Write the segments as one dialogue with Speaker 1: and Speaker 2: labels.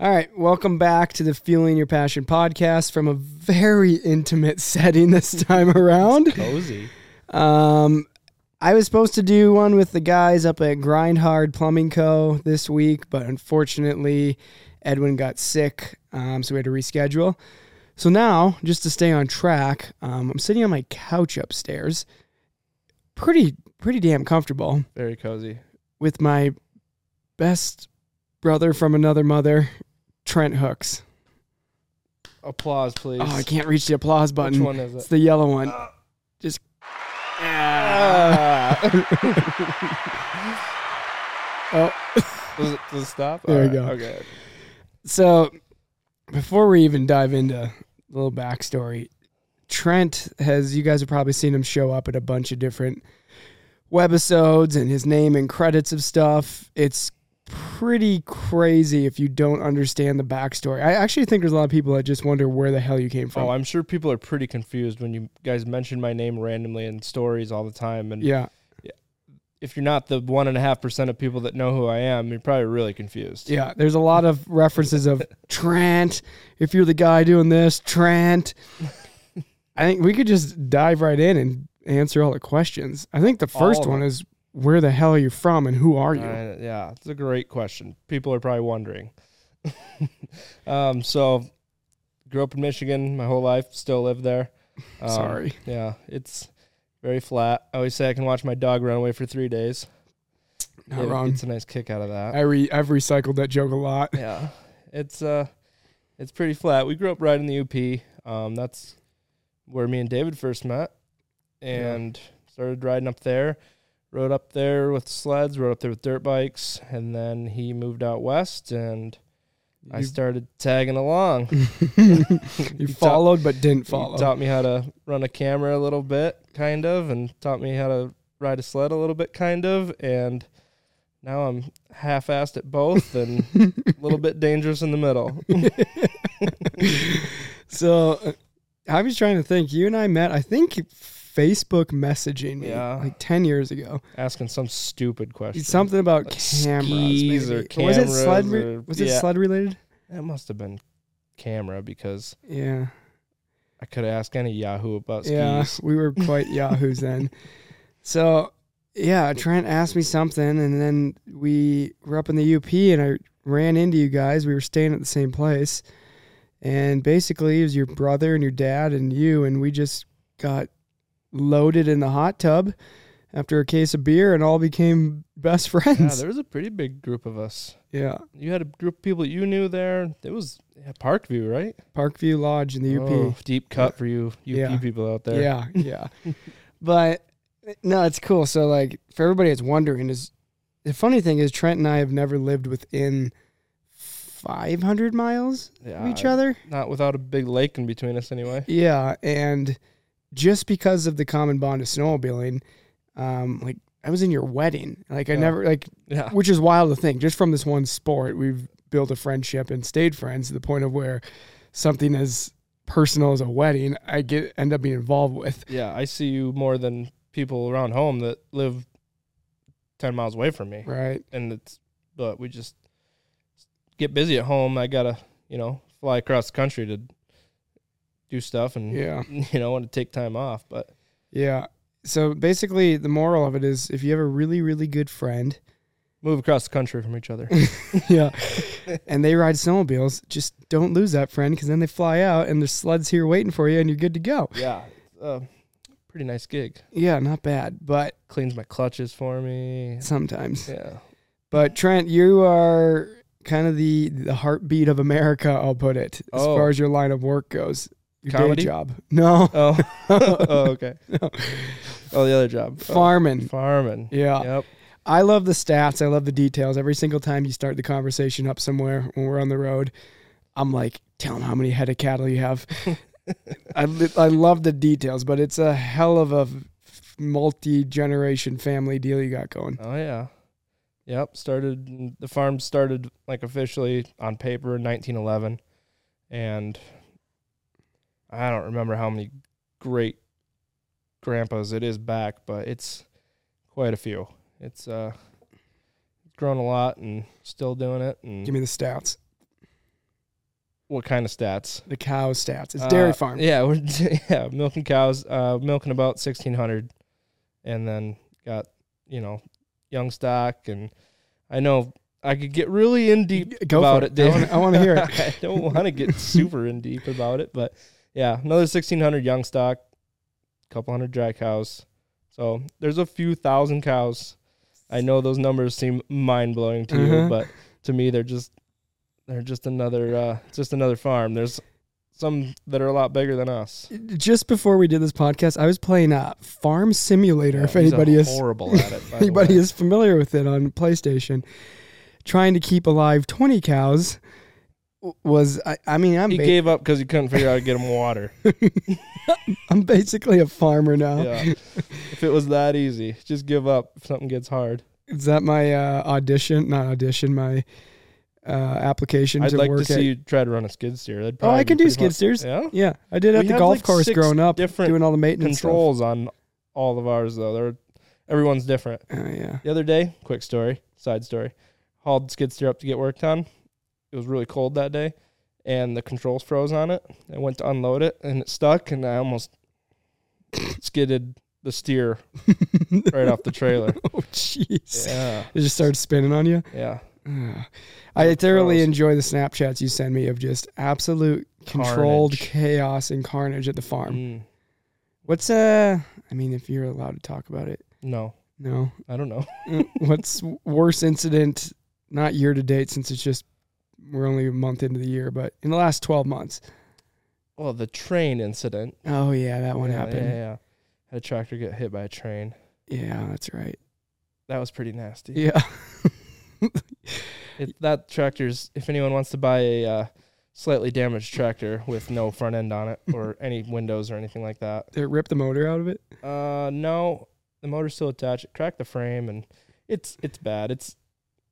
Speaker 1: All right, welcome back to the Feeling Your Passion podcast from a very intimate setting this time around.
Speaker 2: Cozy.
Speaker 1: Um, I was supposed to do one with the guys up at Grindhard Plumbing Co. this week, but unfortunately, Edwin got sick, um, so we had to reschedule. So now, just to stay on track, um, I'm sitting on my couch upstairs, pretty pretty damn comfortable,
Speaker 2: Very cozy.
Speaker 1: with my best brother from another mother, Trent Hooks.
Speaker 2: Applause, please.
Speaker 1: Oh, I can't reach the applause
Speaker 2: Which
Speaker 1: button.
Speaker 2: one is
Speaker 1: It's
Speaker 2: it? Uh.
Speaker 1: the yellow one. Just. Ah. oh,
Speaker 2: Does it, does it stop?
Speaker 1: There we
Speaker 2: Alright,
Speaker 1: go.
Speaker 2: Okay.
Speaker 1: so before we even dive into a little backstory, Trent has, you guys have probably seen him show up at a bunch of different webisodes and his name and credits of stuff. It's pretty crazy if you don't understand the backstory. I actually think there's a lot of people that just wonder where the hell you came from.
Speaker 2: Oh, I'm sure people are pretty confused when you guys mention my name randomly in stories all the time. And
Speaker 1: yeah.
Speaker 2: if you're not the one and a half percent of people that know who I am, you're probably really confused.
Speaker 1: Yeah, there's a lot of references of Trent. If you're the guy doing this, Trent. I think we could just dive right in and answer all the questions. I think the first
Speaker 2: All of
Speaker 1: one is where the hell are you from and who are you?
Speaker 2: Uh, yeah, it's a great question. People are probably wondering. um, so, grew up in Michigan my whole life, still live there. Um,
Speaker 1: Sorry.
Speaker 2: Yeah, it's very flat. I always say I can watch my dog run away for three days.
Speaker 1: Not
Speaker 2: It
Speaker 1: wrong.
Speaker 2: Gets a nice kick out of that.
Speaker 1: I re- I've recycled that joke a lot.
Speaker 2: yeah, it's uh, it's pretty flat. We grew up right in the UP. Um, that's where me and David first met, and started riding up there. Rode up there with sleds. Rode up there with dirt bikes, and then he moved out west, and I
Speaker 1: You-
Speaker 2: started tagging along.
Speaker 1: You
Speaker 2: He taught-
Speaker 1: followed but didn't
Speaker 2: he
Speaker 1: follow.
Speaker 2: taught me how to run a camera a little bit, kind of, and taught me how to ride a sled a little bit, kind of, and now I'm half-assed at both and a little bit dangerous in the middle.
Speaker 1: so uh, I was trying to think. You and I met, I think, Facebook messaging me
Speaker 2: Yeah.
Speaker 1: like 10 years ago.
Speaker 2: asking some stupid question.
Speaker 1: It's something about
Speaker 2: Like
Speaker 1: cameras.
Speaker 2: skis
Speaker 1: maybe.
Speaker 2: or
Speaker 1: was it sled?
Speaker 2: cameras
Speaker 1: re-
Speaker 2: or-
Speaker 1: was it
Speaker 2: yeah.
Speaker 1: sled related?
Speaker 2: That must have been camera because
Speaker 1: Yeah,
Speaker 2: I could ask any Yahoo about
Speaker 1: yeah.
Speaker 2: skis.
Speaker 1: We were quite yahoos then. So yeah, Trent asked me something, and then we were up in the UP, and I ran into you guys. We were staying at the same place, and basically it was your brother and your dad and you, and we just got loaded in the hot tub after a case of beer, and all became best
Speaker 2: Yeah,
Speaker 1: friends.
Speaker 2: there was a pretty big group of us.
Speaker 1: yeah.
Speaker 2: You had a group of people you knew there. It was yeah, Parkview, right?
Speaker 1: Parkview Lodge in the UP.
Speaker 2: Oh, deep cut for you, UP
Speaker 1: Yeah.
Speaker 2: people out there.
Speaker 1: Yeah, yeah. but no, it's cool. So like for everybody that's wondering is the funny thing is Trent and I have never lived within 500 miles of
Speaker 2: Yeah,
Speaker 1: each other.
Speaker 2: Not without a big lake in between us, anyway.
Speaker 1: Yeah, and just because of the common bond of snowmobiling, um like I was in your wedding. Like I
Speaker 2: Yeah. Ah.
Speaker 1: never like
Speaker 2: Yeah.
Speaker 1: which is wild to think. Just from this one sport, we've built a friendship and stayed friends to the point of where something as personal as a wedding I get end up being involved with.
Speaker 2: Yeah, I see you more than people around home that live 10 miles away from me.
Speaker 1: Right.
Speaker 2: and it's but we just get busy at home. I gotta you know fly across the country to do stuff and
Speaker 1: Yeah.
Speaker 2: you know want to take time off. But
Speaker 1: Yeah. So basically, the moral of it is if you have a really, really good friend,
Speaker 2: move across the country from each other.
Speaker 1: yeah, and they ride snowmobiles, just don't lose that friend because then they fly out and there's sleds here waiting for you and you're good to go.
Speaker 2: yeah, it's a pretty nice gig.
Speaker 1: Yeah, not bad, but
Speaker 2: Cleans my clutches for me.
Speaker 1: sometimes.
Speaker 2: Yeah,
Speaker 1: But Trent, you are kind of the the heartbeat of America, I'll put it, as
Speaker 2: Oh.
Speaker 1: far as your line of work goes. Your
Speaker 2: Comedy?
Speaker 1: day job. No.
Speaker 2: Oh, oh okay. Oh, the other job, Oh,
Speaker 1: Farming.
Speaker 2: farming.
Speaker 1: Yeah.
Speaker 2: Yep.
Speaker 1: I love the stats. I love the details. Every single time you start the conversation up somewhere when we're on the road, I'm like, tell them how many head of cattle you have. I, li- I love the details, but it's a hell of a multi generation family deal you got going.
Speaker 2: Oh yeah. Yep, started the farm started like officially on paper in 1911 and I don't remember how many great grandpas it is back, but it's quite a few. It's uh grown a lot and still doing it and
Speaker 1: Give me the stats.
Speaker 2: what kind of stats?
Speaker 1: The cow stats. It's dairy
Speaker 2: Uh,
Speaker 1: farm.
Speaker 2: Yeah, we're yeah milking cows, uh, milking about sixteen hundred, and then got you know young stock, and I know I could get really in deep
Speaker 1: Go
Speaker 2: about
Speaker 1: for it.
Speaker 2: it.
Speaker 1: I
Speaker 2: Dave.
Speaker 1: wanna- I wanna hear it.
Speaker 2: I don't want to get super in deep about it, but yeah, another sixteen hundred young stock, couple hundred dry cows. So there's a few thousand cows. I know those numbers seem mind blowing to you,
Speaker 1: Uh-huh.
Speaker 2: but to me they're just they're just another uh, just another farm. There's some that are a lot bigger than us.
Speaker 1: Just before we did this podcast, I was playing uh, Farm Simulator. if anybody is
Speaker 2: horrible at it, by the
Speaker 1: anybody
Speaker 2: way.
Speaker 1: is familiar with it on PlayStation, trying to keep alive 20 cows w- was I, I mean I'm
Speaker 2: he
Speaker 1: ba-
Speaker 2: gave up because he couldn't figure out how to get him water.
Speaker 1: I'm basically a farmer now.
Speaker 2: yeah, if it was that easy, just give up if something gets hard.
Speaker 1: Is that my uh, audition? Not audition. My uh, application
Speaker 2: I'd
Speaker 1: to
Speaker 2: like
Speaker 1: work
Speaker 2: to see
Speaker 1: at.
Speaker 2: you try to run a skid steer. That'd
Speaker 1: oh,
Speaker 2: probably
Speaker 1: I
Speaker 2: be
Speaker 1: can do
Speaker 2: pretty fun.
Speaker 1: skid steers.
Speaker 2: Yeah,
Speaker 1: Yeah, I did at
Speaker 2: We
Speaker 1: the
Speaker 2: have,
Speaker 1: golf
Speaker 2: like,
Speaker 1: course
Speaker 2: six
Speaker 1: growing up,
Speaker 2: different
Speaker 1: doing all the maintenance
Speaker 2: controls on all of ours though. They're everyone's different.
Speaker 1: Stuff. Oh yeah.
Speaker 2: The other day, quick story, side story, hauled skid steer up to get work done. It was really cold that day, and the controls froze on it. I went to unload it, and it stuck, and I almost skidded the steer right off the trailer.
Speaker 1: Oh jeez.
Speaker 2: Yeah,
Speaker 1: It just started spinning on you.
Speaker 2: yeah.
Speaker 1: Ugh. I thoroughly
Speaker 2: Gross.
Speaker 1: enjoy the Snapchats you send me of just absolute controlled
Speaker 2: Carnage.
Speaker 1: chaos and carnage at the farm.
Speaker 2: Mm,
Speaker 1: What's uh? I mean, if you're allowed to talk about it,
Speaker 2: no,
Speaker 1: no.
Speaker 2: I don't know.
Speaker 1: Uh, What's worst incident? Not year to date, since it's just we're only a month into the year, but in the last twelve months.
Speaker 2: Well, the train incident.
Speaker 1: Oh yeah, that one
Speaker 2: Yeah,
Speaker 1: happened.
Speaker 2: Yeah,
Speaker 1: Yeah,
Speaker 2: yeah. Had a tractor get hit by a train.
Speaker 1: that's right.
Speaker 2: That was pretty nasty.
Speaker 1: Yeah.
Speaker 2: It, that tractor's. If anyone wants to buy a uh, slightly damaged tractor with no front end on it or any windows or anything like that,
Speaker 1: It ripped the motor out of it.
Speaker 2: uh, no, the motor's still attached. It cracked the frame, and it's it's bad. It's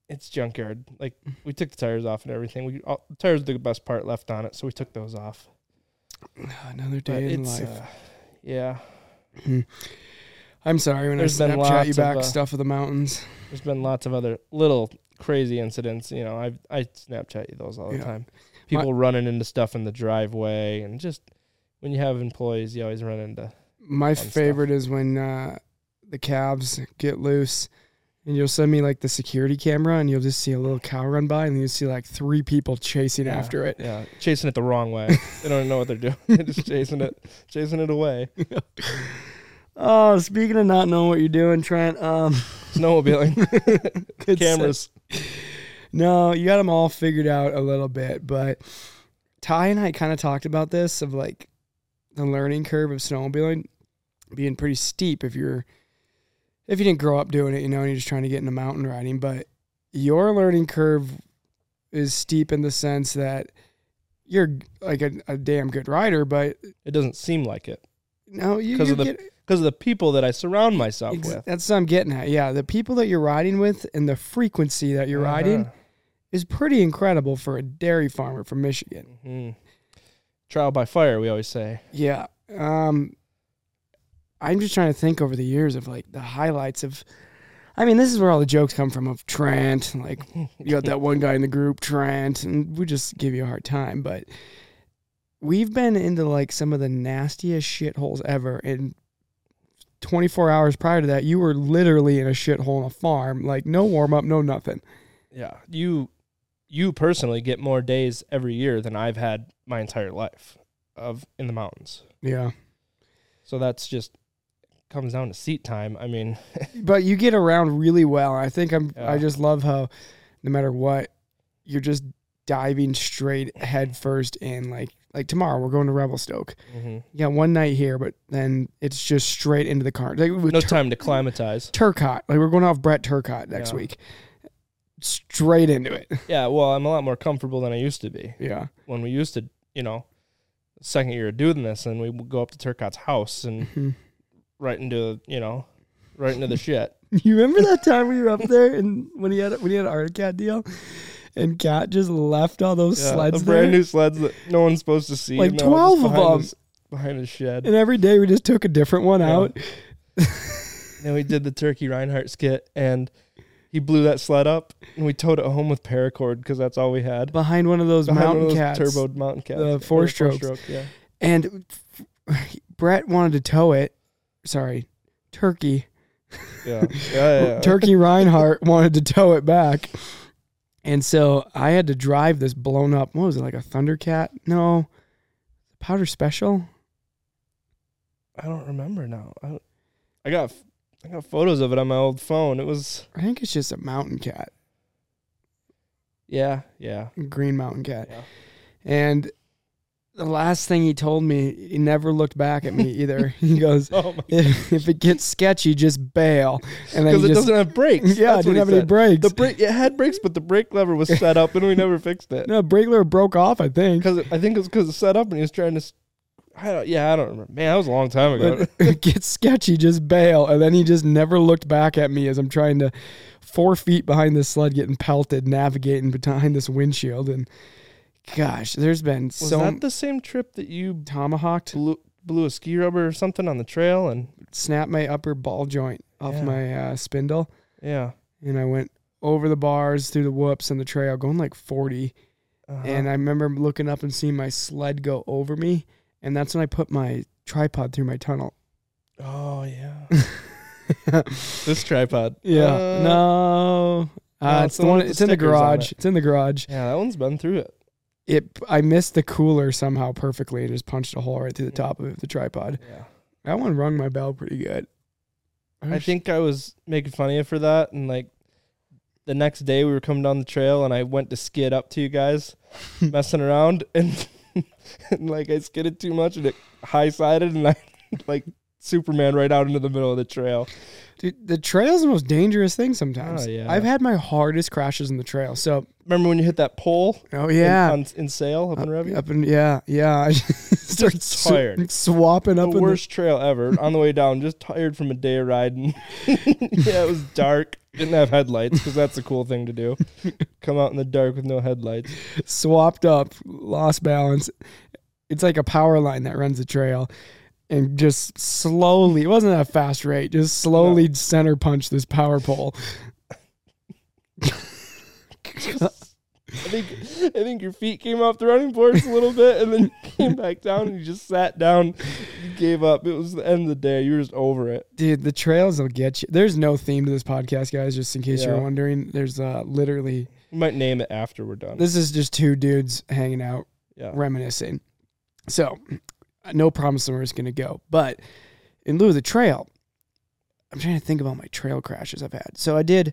Speaker 2: it's junkyard. Like we took the tires off and everything. We all, the tires were the best part left on it, so we took those off.
Speaker 1: Another
Speaker 2: But
Speaker 1: day in
Speaker 2: it's,
Speaker 1: life. Hmm.
Speaker 2: uh, yeah,
Speaker 1: I'm sorry when I
Speaker 2: there's been
Speaker 1: Snapchat
Speaker 2: lots
Speaker 1: you
Speaker 2: of,
Speaker 1: back
Speaker 2: uh,
Speaker 1: stuff of the mountains.
Speaker 2: there's been lots of other little crazy incidents. You know, I I Snapchat you those all the
Speaker 1: Yeah.
Speaker 2: time. People running into stuff in the driveway, and just when you have employees, you always run into
Speaker 1: My
Speaker 2: stuff.
Speaker 1: favorite is when uh, the calves get loose, and you'll send me like the security camera, and you'll just see a little cow run by, and you'll see like three people chasing
Speaker 2: Yeah.
Speaker 1: after it.
Speaker 2: Yeah, chasing it the wrong way. they don't even know what they're doing. They're just chasing it, chasing it away.
Speaker 1: Oh, speaking of not knowing what you're doing, Trent. Um,
Speaker 2: Snowmobiling,
Speaker 1: it's-
Speaker 2: cameras.
Speaker 1: No, you got them all figured out a little bit, but Ty and I kind of talked about this of like the learning curve of snowmobiling being pretty steep if you're if you didn't grow up doing it, you know, and you're just trying to get into mountain riding, but your learning curve is steep in the sense that you're like a, a damn good rider, but
Speaker 2: It doesn't seem like it
Speaker 1: no, you,
Speaker 2: 'Cause
Speaker 1: you
Speaker 2: of the
Speaker 1: get
Speaker 2: because of the people that I surround myself
Speaker 1: ex-
Speaker 2: with.
Speaker 1: that's what I'm getting at. Yeah, the people that you're riding with and the frequency that
Speaker 2: Uh-huh.
Speaker 1: you're riding is pretty incredible for a dairy farmer from Michigan.
Speaker 2: hmm Trial by fire, we always say.
Speaker 1: Yeah. Um I'm just trying to think over the years of like the highlights of I mean, this is where all the jokes come from of Trent, like you got that one guy in the group, Trent, and we just give you a hard time, but we've been into like some of the nastiest shitholes ever and 24 hours prior to that, you were literally in a shithole on a farm, like no warm up, no nothing.
Speaker 2: Yeah, you, you personally get more days every year than I've had my entire life of in the mountains.
Speaker 1: Yeah.
Speaker 2: So that's just comes down to seat time. I mean,
Speaker 1: but you get around really well. I think I'm.
Speaker 2: Yeah.
Speaker 1: I just love how, no matter what, you're just diving straight head first in. Like like tomorrow, we're going to Revelstoke.
Speaker 2: mhm.
Speaker 1: Yeah, one night here, but then it's just straight into the car. Like with
Speaker 2: no
Speaker 1: Tur-
Speaker 2: time to climatize.
Speaker 1: Turcott, like we're going off Brett Turcott next
Speaker 2: Yeah.
Speaker 1: week. Straight into it.
Speaker 2: Yeah, well, I'm a lot more comfortable than I used to be.
Speaker 1: Yeah.
Speaker 2: when we used to, you know, second year of doing this, and we would go up to Turcotte's house and
Speaker 1: Mhm.
Speaker 2: right into, you know, right into the shit.
Speaker 1: You remember that time we were up there and when he had when he had an Articat deal, and Cat just left all those
Speaker 2: Yeah,
Speaker 1: sleds
Speaker 2: the
Speaker 1: there.
Speaker 2: brand new sleds that no one's supposed to see.
Speaker 1: Like
Speaker 2: and they're all
Speaker 1: 12 of
Speaker 2: just behind
Speaker 1: them.
Speaker 2: his- behind his shed.
Speaker 1: and every day we just took a different one
Speaker 2: Yeah.
Speaker 1: out.
Speaker 2: Then we did the Turkey Reinhardt skit, and He blew that sled up, and we towed it home with paracord because that's all we had.
Speaker 1: behind one of those
Speaker 2: Behind one of
Speaker 1: mountain
Speaker 2: those
Speaker 1: cats.
Speaker 2: turboed mountain cats,
Speaker 1: The
Speaker 2: Or
Speaker 1: four strokes.
Speaker 2: yeah.
Speaker 1: And Brett wanted to tow it. Sorry, Turkey.
Speaker 2: Yeah. Yeah. yeah, yeah.
Speaker 1: Turkey Reinhardt wanted to tow it back. And so I had to drive this blown up, what was it, like a Thundercat? No, Powder Special?
Speaker 2: I don't remember now. I, don't- I got I got photos of it on my old phone. It was
Speaker 1: I think it's just a mountain cat,
Speaker 2: yeah, yeah.
Speaker 1: green mountain cat.
Speaker 2: Yeah.
Speaker 1: And the last thing he told me, he never looked back at me either. he goes,
Speaker 2: Oh my
Speaker 1: if, if it gets sketchy, just bail. And then
Speaker 2: because
Speaker 1: he
Speaker 2: it
Speaker 1: just,
Speaker 2: doesn't have brakes.
Speaker 1: yeah, it
Speaker 2: That's what
Speaker 1: didn't
Speaker 2: he
Speaker 1: have any
Speaker 2: said.
Speaker 1: brakes.
Speaker 2: The brake it had brakes, but the brake lever was set up, and we never fixed it.
Speaker 1: no, brake lever broke off, I think.
Speaker 2: Because I think it was because it's set up, and he was trying to. s- I don't. Yeah, I don't remember. Man, that was a long time ago.
Speaker 1: But it gets sketchy, just bail. And then he just never looked back at me as I'm trying to four feet behind this sled getting pelted, navigating behind this windshield. And gosh, there's been
Speaker 2: was
Speaker 1: so
Speaker 2: that the same trip that you
Speaker 1: tomahawked,
Speaker 2: blew, blew a ski rubber or something on the trail? And
Speaker 1: snapped my upper ball joint off
Speaker 2: Yeah.
Speaker 1: my uh, spindle.
Speaker 2: yeah,
Speaker 1: And I went over the bars, through the whoops on the trail, going like 40.
Speaker 2: uh-huh.
Speaker 1: And I remember looking up and seeing my sled go over me. And that's when I put my tripod through my tunnel.
Speaker 2: oh yeah, this tripod.
Speaker 1: Yeah.
Speaker 2: Uh,
Speaker 1: no. Uh,
Speaker 2: no,
Speaker 1: it's the one.
Speaker 2: with the
Speaker 1: It's in the
Speaker 2: stickers on
Speaker 1: garage. It's in the garage.
Speaker 2: Yeah, that one's been through it.
Speaker 1: It. I missed the cooler somehow perfectly and just punched a hole right through the top of the tripod.
Speaker 2: Yeah.
Speaker 1: That one rung my bell pretty good.
Speaker 2: I think I was making fun of you for that, and like the next day we were coming down the trail, and I went to skid up to you guys, messing around, and, and like I skidded too much, and it high sided, and I like Superman right out into the middle of the trail.
Speaker 1: Dude, the trail's the most dangerous thing sometimes.
Speaker 2: Oh, yeah.
Speaker 1: I've had my hardest crashes in the trail. So.
Speaker 2: Remember when you hit that pole?
Speaker 1: Oh yeah.
Speaker 2: in, on, in Sale up in Revy.
Speaker 1: Up in yeah yeah. I started sw-
Speaker 2: tired.
Speaker 1: swapping
Speaker 2: the
Speaker 1: up. in
Speaker 2: worst trail ever. On the way down, just tired from a day of riding. yeah, it was dark. Didn't have headlights because that's a cool thing to do. Come out in the dark with no headlights.
Speaker 1: swapped up, lost balance. It's like a power line that runs the trail and just slowly, it wasn't at a fast rate, just slowly center punch this power pole.
Speaker 2: I think I think your feet came off the running boards a little bit, and then you came back down and you just sat down. You gave up. It was the end of the day. You were just over it.
Speaker 1: Dude, the trails will get you. There's no theme to this podcast, guys, just in case
Speaker 2: Yeah.
Speaker 1: you're wondering. There's uh, literally,
Speaker 2: We might name it after we're done.
Speaker 1: this is just two dudes hanging out,
Speaker 2: Yeah.
Speaker 1: reminiscing. So, no promise on where it's going to go. But in lieu of the trail, I'm trying to think about my trail crashes I've had. So I did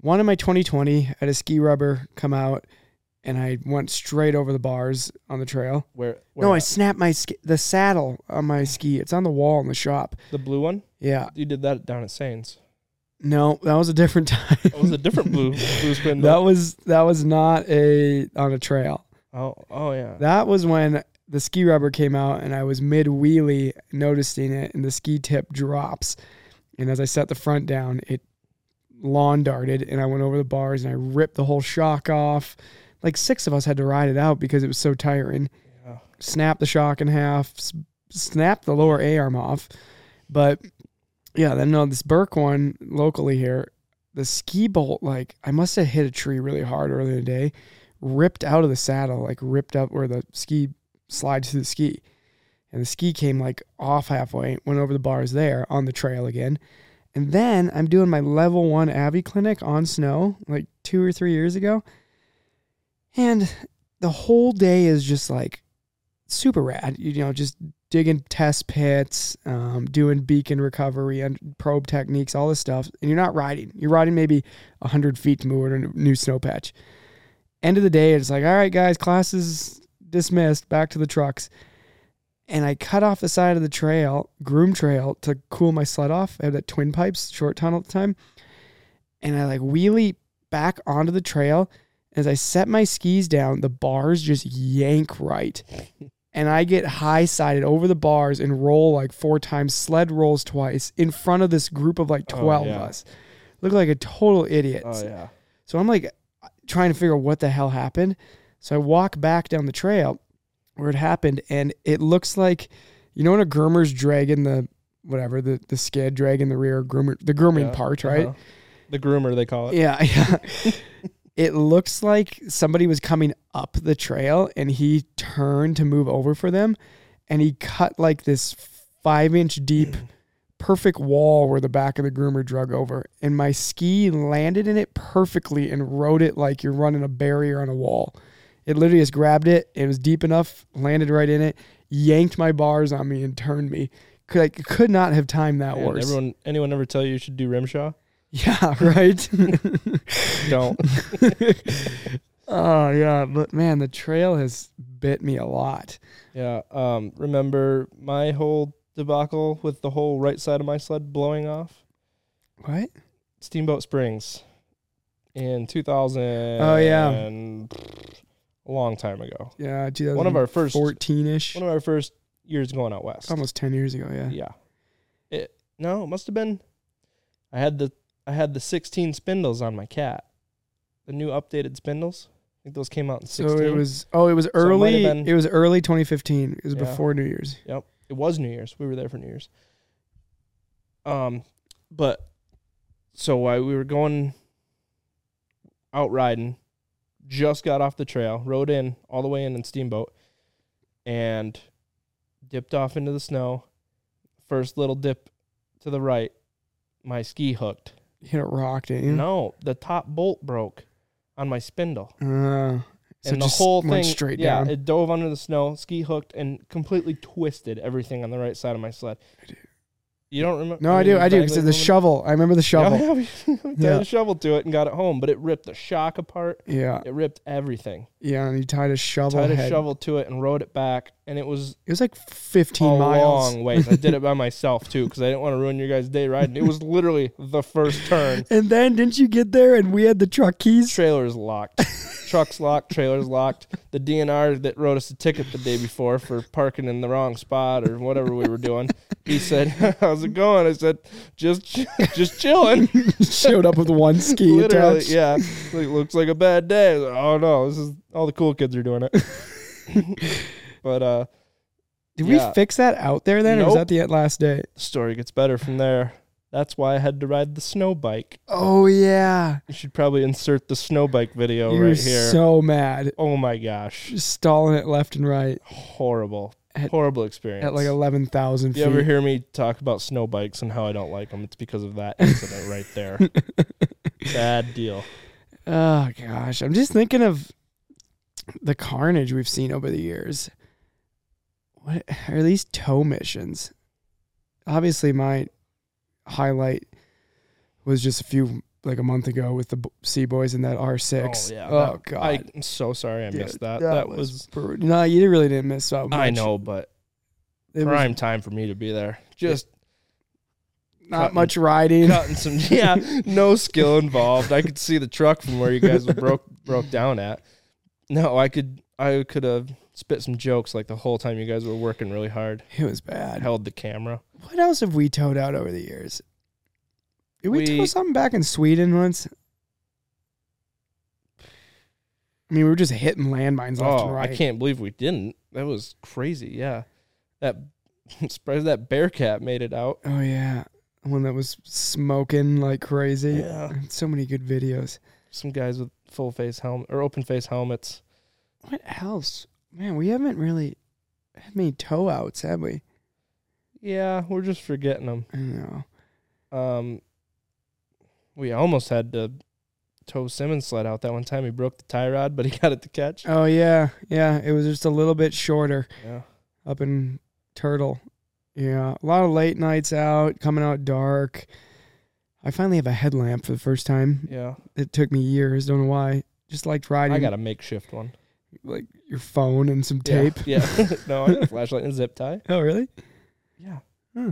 Speaker 1: one in my 2020. I had a ski rubber come out, and I went straight over the bars on the trail.
Speaker 2: Where? where
Speaker 1: No, I
Speaker 2: at?
Speaker 1: snapped my ski- the saddle on my ski. It's on the wall in the shop.
Speaker 2: the blue one.
Speaker 1: Yeah,
Speaker 2: You did that down at Saints.
Speaker 1: no, that was a different time.
Speaker 2: Oh, It was a different blue blue spin.
Speaker 1: that was that was not a on a trail.
Speaker 2: oh, oh yeah.
Speaker 1: That was when the ski rubber came out and I was mid wheelie noticing it and the ski tip drops. And as I set the front down, it lawn darted and I went over the bars and I ripped the whole shock off. Like six of us had to ride it out because it was so tiring.
Speaker 2: yeah.
Speaker 1: Snapped the shock in half, s- snapped the lower A arm off. But yeah, then no, this Burke one locally here, the ski bolt, like I must have hit a tree really hard earlier in the day, ripped out of the saddle, like ripped up where the ski slides through the ski. And the ski came like off halfway, went over the bars there on the trail again. And then I'm doing my level one Abbey clinic on snow like two or three years ago. And the whole day is just like super rad. You know, just digging test pits, um, doing beacon recovery and probe techniques, all this stuff. And you're not riding. You're riding maybe 100 feet to move to a new snow patch. End of the day, it's like, all right, guys, class is dismissed. Back to the trucks. And I cut off the side of the trail, groom trail, to cool my sled off. I had that twin pipes, short tunnel at the time. And I like wheelie back onto the trail. As I set my skis down, the bars just yank right and I get high sided over the bars and roll like four times, sled rolls twice in front of this group of like
Speaker 2: Oh,
Speaker 1: 12
Speaker 2: yeah.
Speaker 1: of us. Look like a total idiot.
Speaker 2: Oh yeah.
Speaker 1: So I'm like trying to figure out what the hell happened. So I walk back down the trail where it happened, and it looks like you know when a groomer's dragging the whatever the the skid dragging the rear groomer the grooming
Speaker 2: Yeah,
Speaker 1: part, right?
Speaker 2: uh-huh. The groomer they call it.
Speaker 1: Yeah, yeah. it looks like somebody was coming up the trail and he turned to move over for them and he cut like this five inch deep perfect wall where the back of the groomer drug over and my ski landed in it perfectly and rode it like you're running a barrier on a wall it literally just grabbed it it was deep enough landed right in it yanked my bars on me and turned me could, I could not have timed that
Speaker 2: Man,
Speaker 1: worse
Speaker 2: everyone, anyone ever tell you you should do rimshaw?
Speaker 1: yeah right
Speaker 2: Don't.
Speaker 1: Oh yeah, but man, the trail has bit me a lot.
Speaker 2: yeah. Um. Remember my whole debacle with the whole right side of my sled blowing off
Speaker 1: What?
Speaker 2: Steamboat Springs in 2000.
Speaker 1: Oh, yeah.
Speaker 2: a long time ago.
Speaker 1: Yeah,
Speaker 2: One of our first. One
Speaker 1: 14 ish,
Speaker 2: of our first years going out west.
Speaker 1: almost 10 years ago. Yeah.
Speaker 2: Yeah. It no, it must have been I had the I had the 16 spindles on my cat. The new updated spindles. I think those came out in 16.
Speaker 1: So it was oh, it was
Speaker 2: might have
Speaker 1: early.
Speaker 2: been-
Speaker 1: it was early 2015. It was
Speaker 2: Yeah.
Speaker 1: before New Year's.
Speaker 2: it was New Year's. We were there for New Year's. Um but so while we were going out riding, just got off the trail, rode in all the way in in steamboat and dipped off into the snow. First little dip to the right, my ski hooked.
Speaker 1: You hit it rock, didn't you?
Speaker 2: No, the top bolt broke on my spindle.
Speaker 1: Uh, so
Speaker 2: and the
Speaker 1: just
Speaker 2: whole
Speaker 1: went
Speaker 2: thing
Speaker 1: straight
Speaker 2: yeah,
Speaker 1: down.
Speaker 2: it dove under the snow, ski hooked, and completely twisted everything on the right side of my sled. You don't remember?
Speaker 1: no, I do, I do. Because the shovel. I remember the shovel.
Speaker 2: Yeah, we tied
Speaker 1: Yeah.
Speaker 2: a shovel to it and got it home, but it ripped the shock apart.
Speaker 1: Yeah,
Speaker 2: It ripped everything.
Speaker 1: yeah. And you tied a shovel.
Speaker 2: Tied a
Speaker 1: head.
Speaker 2: shovel to it and rode it back, and it was
Speaker 1: It was like 15
Speaker 2: a
Speaker 1: miles.
Speaker 2: long ways. I did it by myself too because I didn't want to ruin your guys' day riding. It was literally the first turn.
Speaker 1: And then didn't you get there and we had the truck keys?
Speaker 2: trailer's locked. Truck's locked, trailer's locked. The DNR that wrote us a ticket the day before for parking in the wrong spot or whatever we were doing, he said, "How's it going?" I said, "Just, ch- just chilling."
Speaker 1: Showed up with one ski
Speaker 2: Literally,
Speaker 1: attached.
Speaker 2: yeah. Like, looks like a bad day. I was like, oh no, this is all the cool kids are doing it. but uh,
Speaker 1: Did
Speaker 2: Yeah.
Speaker 1: we fix that out there then, or was
Speaker 2: Nope.
Speaker 1: that the last day?
Speaker 2: the story gets better from there. That's why I had to ride the snow bike.
Speaker 1: Oh yeah,
Speaker 2: You should probably insert the snow bike video
Speaker 1: you were
Speaker 2: right here.
Speaker 1: so mad,
Speaker 2: oh my gosh.
Speaker 1: Just stalling it left and right
Speaker 2: horrible,
Speaker 1: At-
Speaker 2: horrible experience.
Speaker 1: at like eleven thousand
Speaker 2: you
Speaker 1: feet.
Speaker 2: ever hear me talk about snow bikes and how I don't like them? It's because of that incident right there. Bad deal.
Speaker 1: oh gosh, I'm just thinking of the carnage we've seen over the years. What are these tow missions? Obviously, my highlight was just a few like a month ago with the Sea Boys and that R6.
Speaker 2: Oh yeah.
Speaker 1: Oh
Speaker 2: that-
Speaker 1: god.
Speaker 2: I, am so sorry I missed
Speaker 1: Dude,
Speaker 2: that. That, was.
Speaker 1: brutal. no, you really didn't miss out. Much.
Speaker 2: I know, but
Speaker 1: It was
Speaker 2: prime time for me to be there. Just
Speaker 1: not
Speaker 2: cutting-
Speaker 1: much riding.
Speaker 2: cutting some. Yeah, no skill involved. I could see the truck from where you guys were broke broke down at. No, I could I could have spit some jokes like the whole time you guys were working really hard.
Speaker 1: It was
Speaker 2: I
Speaker 1: bad.
Speaker 2: held the camera.
Speaker 1: What else have we towed out over the years? Did we, tow
Speaker 2: We-
Speaker 1: something back in Sweden once? I mean, we were just hitting landmines left
Speaker 2: Oh,
Speaker 1: and right.
Speaker 2: I can't believe we didn't. That was crazy. Yeah, that I'm surprised that bear cat made it out.
Speaker 1: Oh yeah, the one that was smoking like crazy.
Speaker 2: Yeah.
Speaker 1: so many good videos.
Speaker 2: Some guys with full face helmet or open face helmets.
Speaker 1: What else? Man, we haven't really had many tow outs, have we?
Speaker 2: Yeah, we're just forgetting them.
Speaker 1: I don't know.
Speaker 2: Um, we almost had to tow Simmons sled out that one time. He broke the tie rod, but he got it to catch.
Speaker 1: Oh yeah, yeah. It was just a little bit shorter.
Speaker 2: Yeah,
Speaker 1: up in Turtle. Yeah, a lot of late nights out, coming out dark. I finally have a headlamp for the first time.
Speaker 2: yeah.
Speaker 1: It took me years, don't know why. Just liked
Speaker 2: I
Speaker 1: riding
Speaker 2: got a makeshift one.
Speaker 1: like your phone and some
Speaker 2: Yeah,
Speaker 1: tape.
Speaker 2: Yeah. no, I got a flashlight and a zip tie.
Speaker 1: Oh, really?
Speaker 2: Yeah.
Speaker 1: Huh.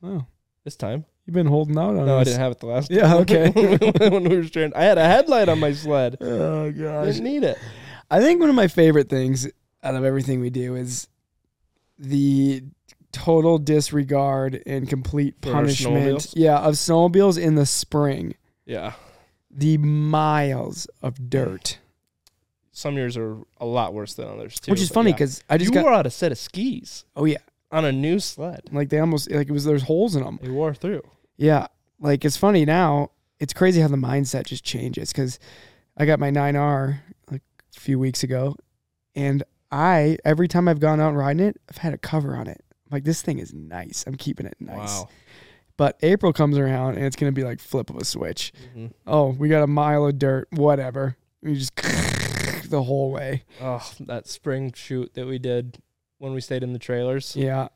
Speaker 1: Wow.
Speaker 2: This time.
Speaker 1: You've been holding out on
Speaker 2: No, I
Speaker 1: us.
Speaker 2: didn't have it the last.
Speaker 1: Uh, Yeah, okay.
Speaker 2: when we were stranded, I had a headlight on my sled.
Speaker 1: Oh
Speaker 2: I
Speaker 1: gosh.
Speaker 2: didn't need it.
Speaker 1: I think one of my favorite things out of everything we do is the total disregard and complete
Speaker 2: For our
Speaker 1: punishment.
Speaker 2: snowmobiles?
Speaker 1: Yeah, of snowmobiles in the spring.
Speaker 2: Yeah.
Speaker 1: The miles of dirt.
Speaker 2: some years are a lot worse than others too.
Speaker 1: Which is
Speaker 2: but
Speaker 1: funny
Speaker 2: yeah.
Speaker 1: because I just
Speaker 2: you
Speaker 1: got
Speaker 2: wore out a set of skis
Speaker 1: oh yeah,
Speaker 2: on a new sled.
Speaker 1: like they almost like it was there's holes in them.
Speaker 2: They wore through.
Speaker 1: Yeah, like it's funny now. it's crazy how the mindset just changes because I got my 9R like a few weeks ago, and I every time I've gone out riding it, I've had a cover on it. I'm like this thing is nice. I'm keeping it nice.
Speaker 2: Wow.
Speaker 1: But April comes around and it's gonna be like flip of a switch.
Speaker 2: Mhm.
Speaker 1: Oh, we got a mile of dirt, whatever. And you just the whole way.
Speaker 2: Oh, that spring shoot that we did when we stayed in the trailers.
Speaker 1: Yeah.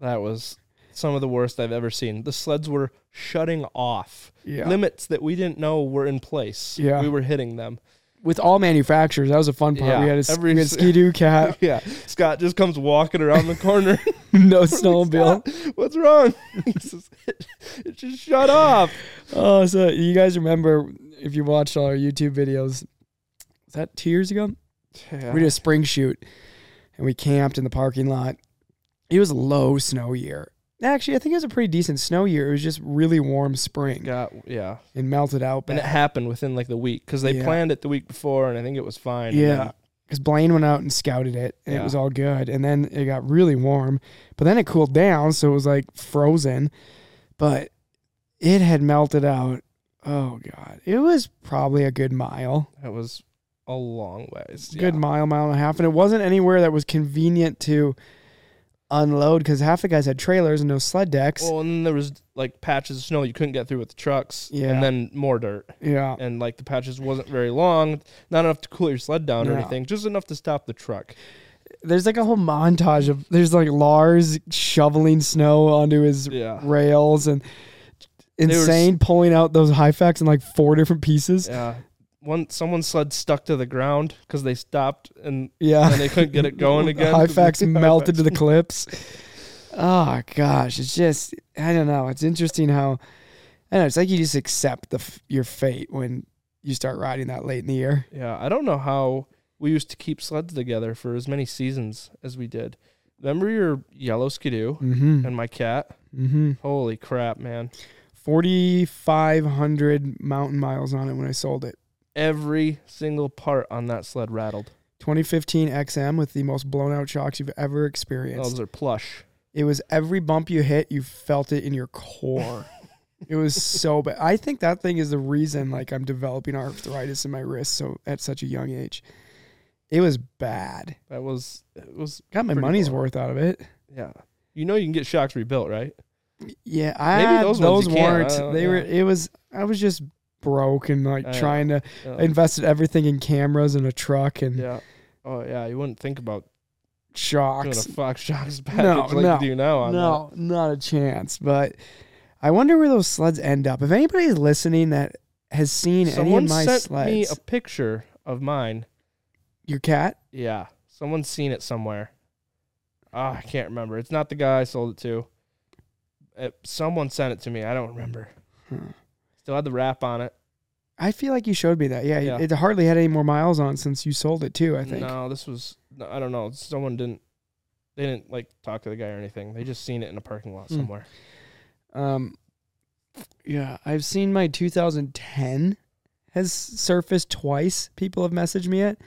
Speaker 2: That was some of the worst I've ever seen. The sleds were shutting off.
Speaker 1: Yeah.
Speaker 2: Limits that we didn't know were in place.
Speaker 1: Yeah.
Speaker 2: We were hitting them.
Speaker 1: With all manufacturers, that was a fun part.
Speaker 2: Yeah,
Speaker 1: we had a
Speaker 2: every
Speaker 1: we had
Speaker 2: s-
Speaker 1: Ski Doo cat,
Speaker 2: yeah. Scott just comes walking around the corner.
Speaker 1: no snowmobile.
Speaker 2: Scott, What's wrong? He's just, it just shut off.
Speaker 1: Oh, so you guys remember if you watched all our YouTube videos, was that two years ago? We did a spring shoot and we camped in the parking lot. It was a low snow year. Actually, I think it was a pretty decent snow year. It was just really warm spring
Speaker 2: got yeah.
Speaker 1: and melted out.
Speaker 2: And it
Speaker 1: bad.
Speaker 2: happened within like the week because they
Speaker 1: Yeah.
Speaker 2: planned it the week before, and I think it was fine. and
Speaker 1: Yeah.
Speaker 2: then-
Speaker 1: Because Blaine went out and scouted it and it
Speaker 2: Yeah.
Speaker 1: was all good. And then it got really warm, but then it cooled down. So it was like frozen, but it had melted out. Oh, God. It was probably a good mile.
Speaker 2: that was a long ways.
Speaker 1: good
Speaker 2: yeah.
Speaker 1: mile, mile and a half, and it wasn't anywhere that was convenient to unload because half the guys had trailers and no sled decks.
Speaker 2: Well, and then there was like patches of snow you couldn't get through with the trucks.
Speaker 1: Yeah.
Speaker 2: And then more dirt.
Speaker 1: yeah,
Speaker 2: And like the patches wasn't very long, not enough to cool your sled down
Speaker 1: No.
Speaker 2: or anything, just enough to stop the truck.
Speaker 1: there's like a whole montage of there's like Lars shoveling snow onto his
Speaker 2: Yeah.
Speaker 1: rails and
Speaker 2: were s-
Speaker 1: insane pulling out those high facts in like four different pieces.
Speaker 2: Yeah. One someone's sled stuck to the ground because they stopped and,
Speaker 1: Yeah,
Speaker 2: and they couldn't get it going again.
Speaker 1: high
Speaker 2: 'cause
Speaker 1: facts
Speaker 2: the-
Speaker 1: melted to the clips. Oh gosh, it's just I don't know. It's interesting how I don't know. It's like you just accept the f- your fate when you start riding that late in the year.
Speaker 2: Yeah, I don't know how we used to keep sleds together for as many seasons as we did. Remember your yellow skidoo
Speaker 1: Mm-hmm.
Speaker 2: and my cat?
Speaker 1: mm-hmm.
Speaker 2: Holy crap, man.
Speaker 1: 4,500 mountain miles on it when I sold it.
Speaker 2: Every single part on that sled rattled.
Speaker 1: 2015 XM with the most blown out shocks you've ever experienced.
Speaker 2: Those are plush.
Speaker 1: It was every bump you hit, you felt it in your core. it was so bad. I think that thing is the reason like I'm developing arthritis in my wrist so at such a young age. It was bad.
Speaker 2: That was it was
Speaker 1: Got my
Speaker 2: Pretty
Speaker 1: money's
Speaker 2: wild.
Speaker 1: worth out of it.
Speaker 2: yeah. You know you can get shocks rebuilt, right?
Speaker 1: Yeah, I
Speaker 2: Maybe
Speaker 1: those,
Speaker 2: those ones you can't. I
Speaker 1: weren't.
Speaker 2: don't-
Speaker 1: They
Speaker 2: yeah. Uh,
Speaker 1: were. It was. I was just broke and like
Speaker 2: I know.
Speaker 1: trying to
Speaker 2: Yeah.
Speaker 1: I invested everything in cameras and a truck and
Speaker 2: yeah. Oh yeah, you wouldn't think about doing a
Speaker 1: shocks.
Speaker 2: fox shocks package
Speaker 1: No,
Speaker 2: like
Speaker 1: no,
Speaker 2: you do now on
Speaker 1: No, not a chance. But I wonder where those sleds end up. If anybody's listening that has seen
Speaker 2: that. Someone
Speaker 1: any of my
Speaker 2: sent
Speaker 1: sleds,
Speaker 2: me a picture of mine
Speaker 1: your cat,
Speaker 2: Yeah, someone's seen it somewhere. Ah, I can't remember. It's not the guy I sold it to. It, someone sent it to me. I don't remember.
Speaker 1: Hmm.
Speaker 2: Still had the wrap on it.
Speaker 1: I feel like you showed me that. Yeah,
Speaker 2: Yeah.
Speaker 1: it hardly had any more miles on since you sold it too. I think.
Speaker 2: No, this was. No, I don't know. Someone didn't. They didn't like talk to the guy or anything. They just seen it in a parking lot
Speaker 1: Hmm.
Speaker 2: somewhere.
Speaker 1: Um, yeah, I've seen my 2010 has surfaced twice. People have messaged me it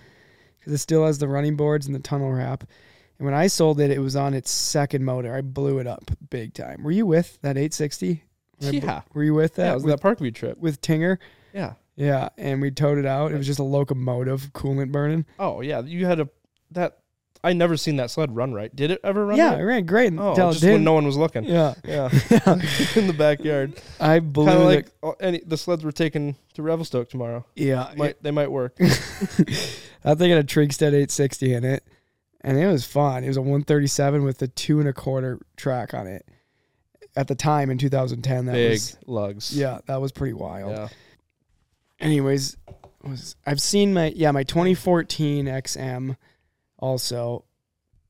Speaker 1: because it still has the running boards and the tunnel wrap. And when I sold it, it was on its second motor. I blew it up big time. Were you with that 860? When I bl-
Speaker 2: Yeah.
Speaker 1: Were you with that?
Speaker 2: That was
Speaker 1: with,
Speaker 2: that Parkview trip.
Speaker 1: with Tinger?
Speaker 2: Yeah.
Speaker 1: Yeah, and we towed it out. It was just a locomotive coolant burning.
Speaker 2: Oh yeah. You had a that. I never seen that sled run right. Did it ever run?
Speaker 1: yeah,
Speaker 2: Right?
Speaker 1: it ran great
Speaker 2: Oh,
Speaker 1: until it
Speaker 2: just when
Speaker 1: didn't.
Speaker 2: no one was looking.
Speaker 1: yeah,
Speaker 2: Yeah. in the backyard.
Speaker 1: I blew
Speaker 2: Kind of
Speaker 1: the-
Speaker 2: like oh, any the sleds were taken to Revelstoke tomorrow.
Speaker 1: yeah,
Speaker 2: Might they might work.
Speaker 1: I think it had a Trigstead 860 in it, and it was fun. It was a 137 with a two and a quarter track on it. At the time in 2010, that
Speaker 2: big
Speaker 1: was
Speaker 2: lugs.
Speaker 1: yeah, that was pretty wild.
Speaker 2: Yeah.
Speaker 1: Anyways, was I've seen my yeah my 2014 XM also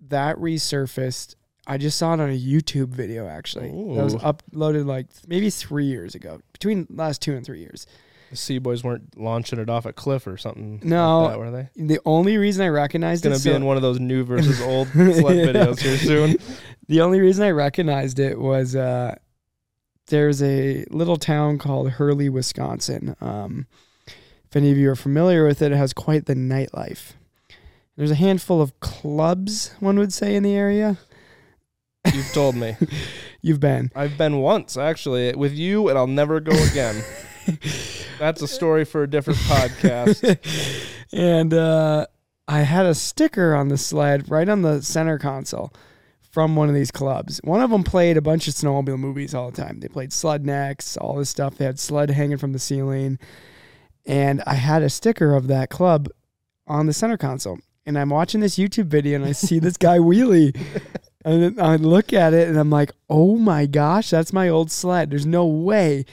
Speaker 1: that resurfaced. I just saw it on a YouTube video actually that was
Speaker 2: Ooh.
Speaker 1: uploaded like maybe three years ago, between last two and three years.
Speaker 2: The Sea Boys weren't launching it off a cliff or something.
Speaker 1: No.
Speaker 2: Like that, were they?
Speaker 1: The only reason I recognized
Speaker 2: It's going
Speaker 1: it
Speaker 2: to
Speaker 1: so-
Speaker 2: be in one of those new versus old sled
Speaker 1: Yeah.
Speaker 2: videos here soon.
Speaker 1: The only reason I recognized it was uh, there's a little town called Hurley, Wisconsin. Um, if any of you are familiar with it, it has quite the nightlife. There's a handful of clubs, one would say, in the area.
Speaker 2: You've told me.
Speaker 1: You've been.
Speaker 2: I've been once, actually, with you, and I'll never go again. That's a story for a different podcast.
Speaker 1: and uh, I had a sticker on the sled right on the center console from one of these clubs. One of them played a bunch of snowmobile movies all the time. They played sled necks, all this stuff. They had sled hanging from the ceiling. And I had a sticker of that club on the center console. And I'm watching this YouTube video and I see this guy wheelie. And then I look at it and I'm like, oh my gosh, that's my old sled. There's no way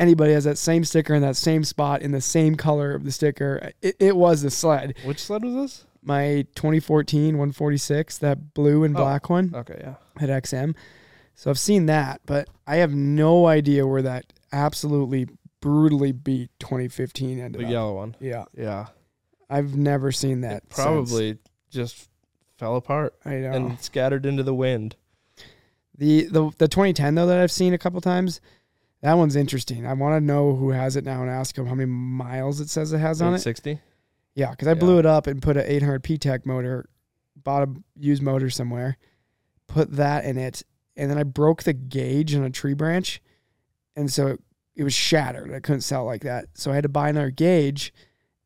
Speaker 1: anybody has that same sticker in that same spot in the same color of the sticker. It, it was the sled.
Speaker 2: Which sled was this?
Speaker 1: My 2014 146, that blue and
Speaker 2: Oh.
Speaker 1: black one
Speaker 2: Okay, yeah.
Speaker 1: at XM. So I've seen that, but I have no idea where that absolutely brutally beat 2015 ended
Speaker 2: The
Speaker 1: up.
Speaker 2: yellow one.
Speaker 1: Yeah.
Speaker 2: Yeah.
Speaker 1: I've never seen that.
Speaker 2: it probably just fell apart
Speaker 1: since. I know.
Speaker 2: and scattered into the wind.
Speaker 1: The the the 2010 though that I've seen a couple times, that one's interesting. I want to know who has it now and ask them how many miles it says it has on it.
Speaker 2: 60.
Speaker 1: Yeah, because I blew it up and put an 800 PTEC motor, bought a used motor somewhere, put that in it, and then I broke the gauge on a tree branch, and so it, it was shattered. I couldn't sell it like that, so I had to buy another gauge,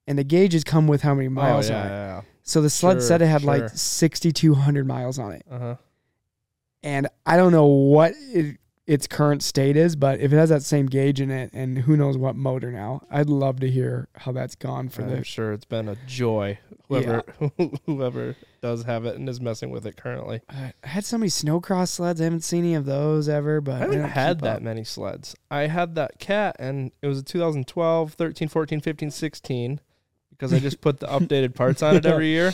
Speaker 1: and the gauges come with how many miles
Speaker 2: oh,
Speaker 1: on it.
Speaker 2: yeah,
Speaker 1: So the sled
Speaker 2: Sure,
Speaker 1: said it had
Speaker 2: sure.
Speaker 1: like 6,200 miles on it
Speaker 2: yeah. Uh huh.
Speaker 1: and I don't know what it, its current state is, but if it has that same gauge in it, and who knows what motor now, I'd love to hear how that's gone for
Speaker 2: I'm
Speaker 1: the.
Speaker 2: sure it's been a joy. Whoever whoever does have it and is messing with it currently.
Speaker 1: I had so many snowcross sleds. I haven't seen any of those ever, but
Speaker 2: I
Speaker 1: I
Speaker 2: haven't
Speaker 1: don't
Speaker 2: had
Speaker 1: keep
Speaker 2: that
Speaker 1: up.
Speaker 2: many sleds. I had that cat and it was a 2012, 13, 14, 15, 16 because I just put the updated parts on it every year.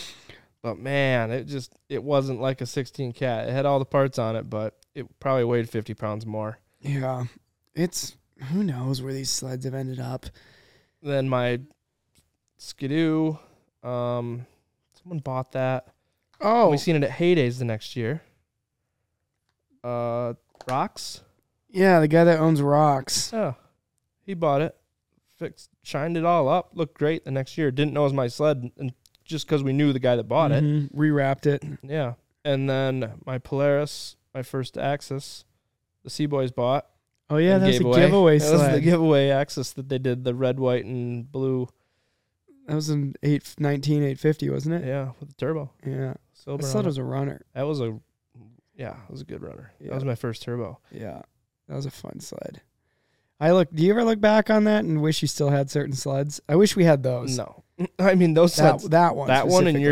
Speaker 2: But man, it just it wasn't like a 16 cat. It had all the parts on it, but it probably weighed 50 pounds more
Speaker 1: Yeah, it's who knows where these sleds have ended up.
Speaker 2: than my Skidoo. Um someone bought that.
Speaker 1: Oh,
Speaker 2: We seen it at Heydays the next year. Uh, rocks.
Speaker 1: yeah, the guy that owns rocks.
Speaker 2: Yeah, he bought it, fixed, shined it all up, looked great the next year. Didn't know it was my sled, and just because we knew the guy that bought it.
Speaker 1: Mhm, rewrapped it.
Speaker 2: Yeah, and then my Polaris, my first Axis, the Sea Boys bought.
Speaker 1: Oh yeah,
Speaker 2: and
Speaker 1: that's a
Speaker 2: gave away.
Speaker 1: giveaway
Speaker 2: That was the
Speaker 1: sled.
Speaker 2: giveaway Axis that they did the red, white, and blue.
Speaker 1: that was an eight nineteen eight fifty, wasn't it?
Speaker 2: Yeah, with the turbo
Speaker 1: Yeah, I
Speaker 2: silver.
Speaker 1: sled
Speaker 2: on it.
Speaker 1: was a runner.
Speaker 2: that was a yeah, it was a good runner.
Speaker 1: Yeah.
Speaker 2: That was my first turbo.
Speaker 1: Yeah, that was a fun sled. I look. Do you ever look back on that and wish you still had certain sleds? I wish we had those.
Speaker 2: No, I mean those
Speaker 1: that,
Speaker 2: sleds.
Speaker 1: that one.
Speaker 2: that one and
Speaker 1: specifically.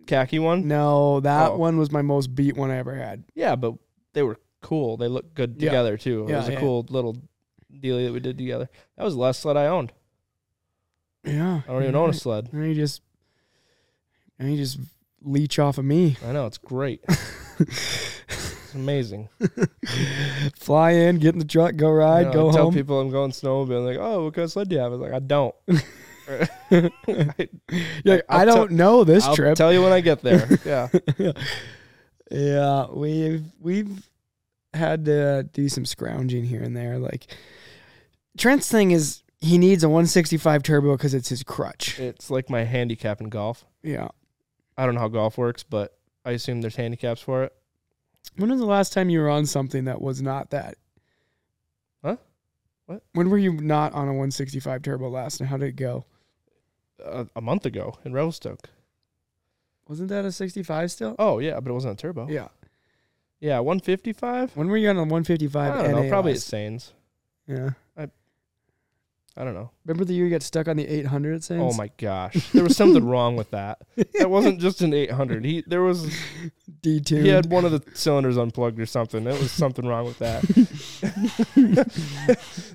Speaker 2: your khaki one.
Speaker 1: No, that
Speaker 2: Oh.
Speaker 1: one was my most beat one I ever had.
Speaker 2: Yeah, but they were cool. They looked good
Speaker 1: Yeah.
Speaker 2: together too. It
Speaker 1: Yeah,
Speaker 2: was a
Speaker 1: yeah.
Speaker 2: cool little dealie that we did together. That was the last sled I owned.
Speaker 1: Yeah.
Speaker 2: I don't even own a sled.
Speaker 1: Now you just, now you just leech off of me.
Speaker 2: I know it's great. it's amazing.
Speaker 1: Fly in, get in the truck, go
Speaker 2: You
Speaker 1: ride,
Speaker 2: know, I
Speaker 1: go
Speaker 2: tell
Speaker 1: home.
Speaker 2: people I'm going snowmobiling. Like, oh, what kind of sled do you have? I was like, I don't.
Speaker 1: You're like,
Speaker 2: I'll
Speaker 1: I
Speaker 2: tell-
Speaker 1: don't know this
Speaker 2: I'll
Speaker 1: trip.
Speaker 2: tell you when I get there. Yeah,
Speaker 1: Yeah, we've we've had to do some scrounging here and there. Like Trent's thing is he needs a 165 turbo because it's his crutch.
Speaker 2: it's like my handicap in golf.
Speaker 1: Yeah.
Speaker 2: I don't know how golf works, but I assume there's handicaps for it.
Speaker 1: When was the last time you were on something that was not that?
Speaker 2: Huh? What?
Speaker 1: When were you not on a 165 turbo last, and how did it go?
Speaker 2: Uh, a month ago in Revelstoke.
Speaker 1: Wasn't that a 65 still?
Speaker 2: Oh yeah, but it wasn't a turbo.
Speaker 1: Yeah.
Speaker 2: Yeah, 155.
Speaker 1: When were you on a 155?
Speaker 2: I don't know.
Speaker 1: NA
Speaker 2: Probably at
Speaker 1: last?
Speaker 2: Sane's.
Speaker 1: Yeah.
Speaker 2: I don't know.
Speaker 1: Remember the year you got stuck on the 800 at
Speaker 2: Oh my gosh, there was something wrong with that. That wasn't just an 800. He there was
Speaker 1: D2.
Speaker 2: he had one of the cylinders unplugged or something. There was something wrong with that.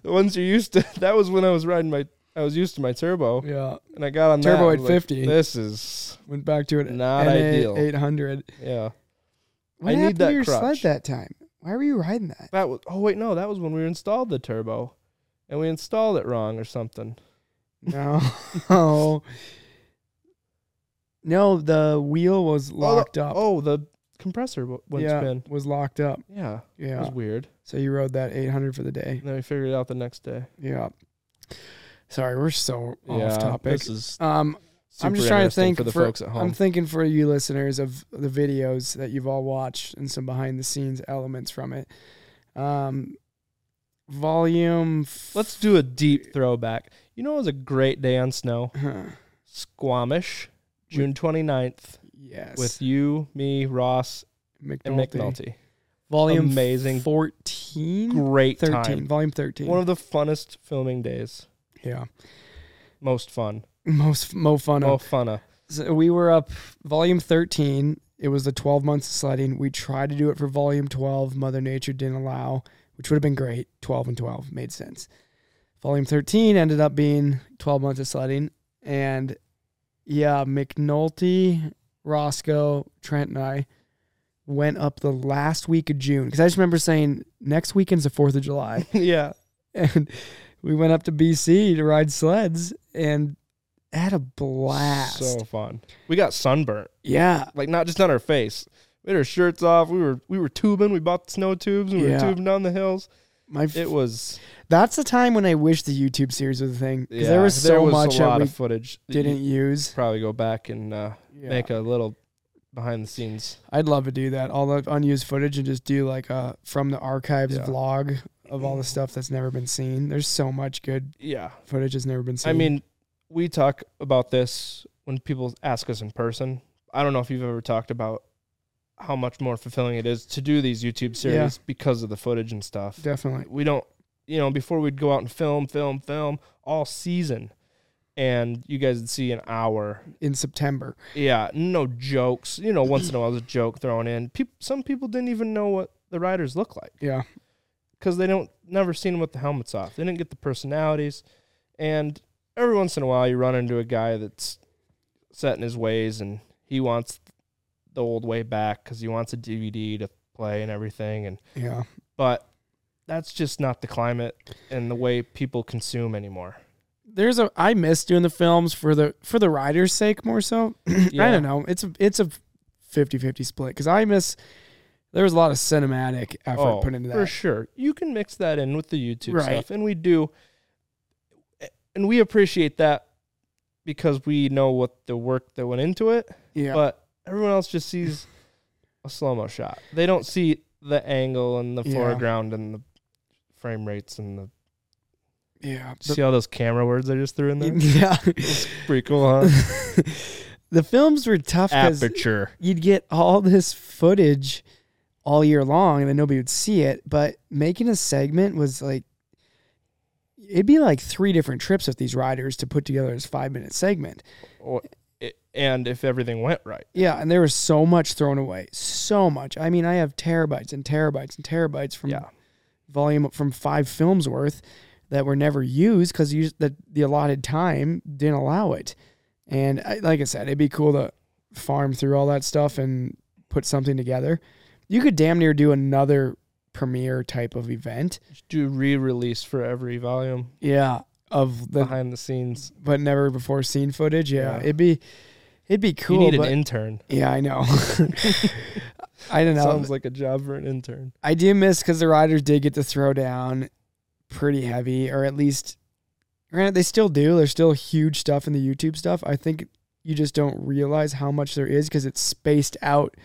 Speaker 2: the ones you're used to. That was when I was riding my. I was used to my turbo,
Speaker 1: yeah.
Speaker 2: and I got on that,
Speaker 1: Turbo
Speaker 2: I
Speaker 1: at
Speaker 2: was like,
Speaker 1: 50.
Speaker 2: This is
Speaker 1: Went back to it.
Speaker 2: Not
Speaker 1: NA
Speaker 2: ideal.
Speaker 1: 800.
Speaker 2: yeah.
Speaker 1: What
Speaker 2: I need
Speaker 1: happened
Speaker 2: that
Speaker 1: to your
Speaker 2: crutch.
Speaker 1: sled that time? Why were you riding that?
Speaker 2: That was. Oh wait, no, that was when we installed the turbo, and we installed it wrong or something.
Speaker 1: No. no, the wheel was locked
Speaker 2: oh, the,
Speaker 1: up.
Speaker 2: Oh, the compressor w- went
Speaker 1: yeah,
Speaker 2: spin.
Speaker 1: was locked up.
Speaker 2: Yeah, it
Speaker 1: Yeah.
Speaker 2: was weird.
Speaker 1: So you rode that 800 for the day.
Speaker 2: And then we figured it out the next day.
Speaker 1: Yeah. Sorry, we're so
Speaker 2: yeah,
Speaker 1: off topic.
Speaker 2: This is
Speaker 1: Um, I'm
Speaker 2: super
Speaker 1: just trying to
Speaker 2: interesting
Speaker 1: think
Speaker 2: for the
Speaker 1: for-
Speaker 2: folks at home.
Speaker 1: I'm thinking for you listeners of the videos that you've all watched and some behind the scenes elements from it. Um, volume. f-
Speaker 2: Let's do a deep throwback. You know, it was a great day on snow.
Speaker 1: Huh.
Speaker 2: Squamish, June 29th,
Speaker 1: Yes.
Speaker 2: with you, me, Ross, and
Speaker 1: McNulty.
Speaker 2: McNulty.
Speaker 1: Volume
Speaker 2: Amazing.
Speaker 1: 14?
Speaker 2: Great
Speaker 1: 13.
Speaker 2: time.
Speaker 1: Volume 13.
Speaker 2: One of the funnest filming days.
Speaker 1: yeah.
Speaker 2: Most fun.
Speaker 1: Most mo fun.
Speaker 2: Mo funna.
Speaker 1: So we were up volume 13. It was the 12 months of sledding. We tried to do it for volume 12. Mother Nature didn't allow, which would have been great. 12 and 12 made sense. Volume 13 ended up being 12 months of sledding. And yeah, McNulty, Roscoe, Trent, and I went up the last week of June. Because I just remember saying, next weekend's the 4th of July
Speaker 2: yeah.
Speaker 1: and we went up to BC to ride sleds and had a blast.
Speaker 2: So fun. We got sunburnt.
Speaker 1: yeah,
Speaker 2: Like not just on our face. We had our shirts off. We were we were tubing. We bought snow tubes and we
Speaker 1: Yeah.
Speaker 2: were tubing down the hills.
Speaker 1: my f-
Speaker 2: It was
Speaker 1: that's the time when I wish the YouTube series was a thing because
Speaker 2: yeah,
Speaker 1: there was so much
Speaker 2: a lot
Speaker 1: that we
Speaker 2: of footage. that you
Speaker 1: didn't use.
Speaker 2: probably go back and uh,
Speaker 1: Yeah.
Speaker 2: make a little behind the scenes.
Speaker 1: I'd love to do that, all the unused footage, and just do like a from the archives
Speaker 2: Yeah.
Speaker 1: vlog of all the stuff that's never been seen. There's so much good
Speaker 2: Yeah.
Speaker 1: footage that's never been seen.
Speaker 2: I mean, we talk about this when people ask us in person. I don't know if you've ever talked about how much more fulfilling it is to do these YouTube series
Speaker 1: Yeah.
Speaker 2: because of the footage and stuff.
Speaker 1: definitely.
Speaker 2: We don't, you know, before we'd go out and film, film, film all season, and you guys would see an hour.
Speaker 1: In September,
Speaker 2: Yeah, no jokes. You know, once in a while there's a joke thrown in. Peop some people didn't even know what the riders look like
Speaker 1: yeah,
Speaker 2: because they don't never seen them with the helmets off. They didn't get the personalities, and every once in a while you run into a guy that's set in his ways and he wants the old way back because he wants a DVD to play and everything. And
Speaker 1: yeah.
Speaker 2: but that's just not the climate and the way people consume anymore.
Speaker 1: there's a I miss doing the films for the for the rider's sake more so. I
Speaker 2: Yeah.
Speaker 1: don't know. It's a it's a 50-50 split cuz I miss there was a lot of cinematic effort put into
Speaker 2: Oh, for
Speaker 1: that.
Speaker 2: sure. You can mix that in with the YouTube
Speaker 1: Right.
Speaker 2: stuff, and we do, and we appreciate that because we know what the work that went into it.
Speaker 1: Yeah.
Speaker 2: but everyone else just sees a slow mo shot. They don't see the angle and the
Speaker 1: Yeah.
Speaker 2: foreground and the frame rates and the.
Speaker 1: yeah. but-
Speaker 2: See all those camera words I just threw in there?
Speaker 1: yeah.
Speaker 2: It's pretty cool, huh?
Speaker 1: the films were tough cuz
Speaker 2: Aperture.
Speaker 1: you'd get all this footage all year long and then nobody would see it, but making a segment was like it'd be like three different trips with these riders to put together this 5-minute segment.
Speaker 2: Or- i- And if everything went right.
Speaker 1: Yeah, and there was so much thrown away. So much. I mean, I have terabytes and terabytes and terabytes from
Speaker 2: Yeah.
Speaker 1: volume from five films worth that were never used because the, the allotted time didn't allow it. And I, like I said, it'd be cool to farm through all that stuff and put something together. You could damn near do another premiere type of event.
Speaker 2: Just do re release for every volume
Speaker 1: Yeah. Of the
Speaker 2: behind the scenes.
Speaker 1: but never before seen footage. Yeah.
Speaker 2: Uh-huh. Yeah.
Speaker 1: It'd be it'd be cool.
Speaker 2: you need
Speaker 1: but,
Speaker 2: an intern.
Speaker 1: yeah, I know. I don't know.
Speaker 2: Sounds like a job for an intern.
Speaker 1: I do miss because the Riders did get to throw down pretty heavy, or at least, granted, they still do. There's still huge stuff in the YouTube stuff. I think you just don't realize how much there is because it's spaced out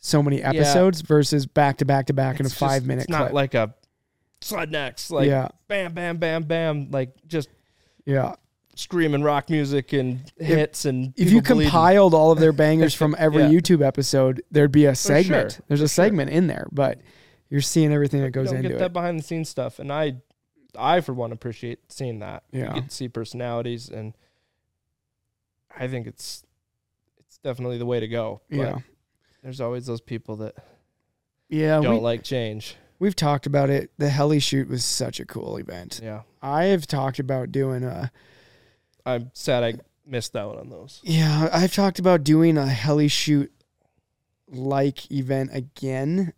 Speaker 1: so many episodes versus back to back to back in a
Speaker 2: It's just-
Speaker 1: five minute
Speaker 2: It's not
Speaker 1: clip.
Speaker 2: like a slide next, like
Speaker 1: yeah,
Speaker 2: bam, bam, bam, bam, like just
Speaker 1: yeah.
Speaker 2: screaming rock music and hits and
Speaker 1: If you
Speaker 2: people bleeding.
Speaker 1: compiled all of their bangers from every
Speaker 2: Yeah.
Speaker 1: YouTube episode, there'd be a segment.
Speaker 2: sure,
Speaker 1: There's a
Speaker 2: for sure.
Speaker 1: segment in there, but you're seeing everything that
Speaker 2: You
Speaker 1: goes
Speaker 2: don't
Speaker 1: into
Speaker 2: get
Speaker 1: it.
Speaker 2: that behind the scenes stuff and i i for one appreciate seeing that
Speaker 1: Yeah.
Speaker 2: you get to see personalities and i think it's it's definitely the way to go But
Speaker 1: yeah,
Speaker 2: there's always those people that
Speaker 1: yeah.
Speaker 2: don't
Speaker 1: We,
Speaker 2: like change
Speaker 1: we've talked about it. The heli shoot was such a cool event.
Speaker 2: yeah
Speaker 1: I've talked about doing a
Speaker 2: i'm sad i missed out on those
Speaker 1: yeah, I've talked about doing a heli shoot like event again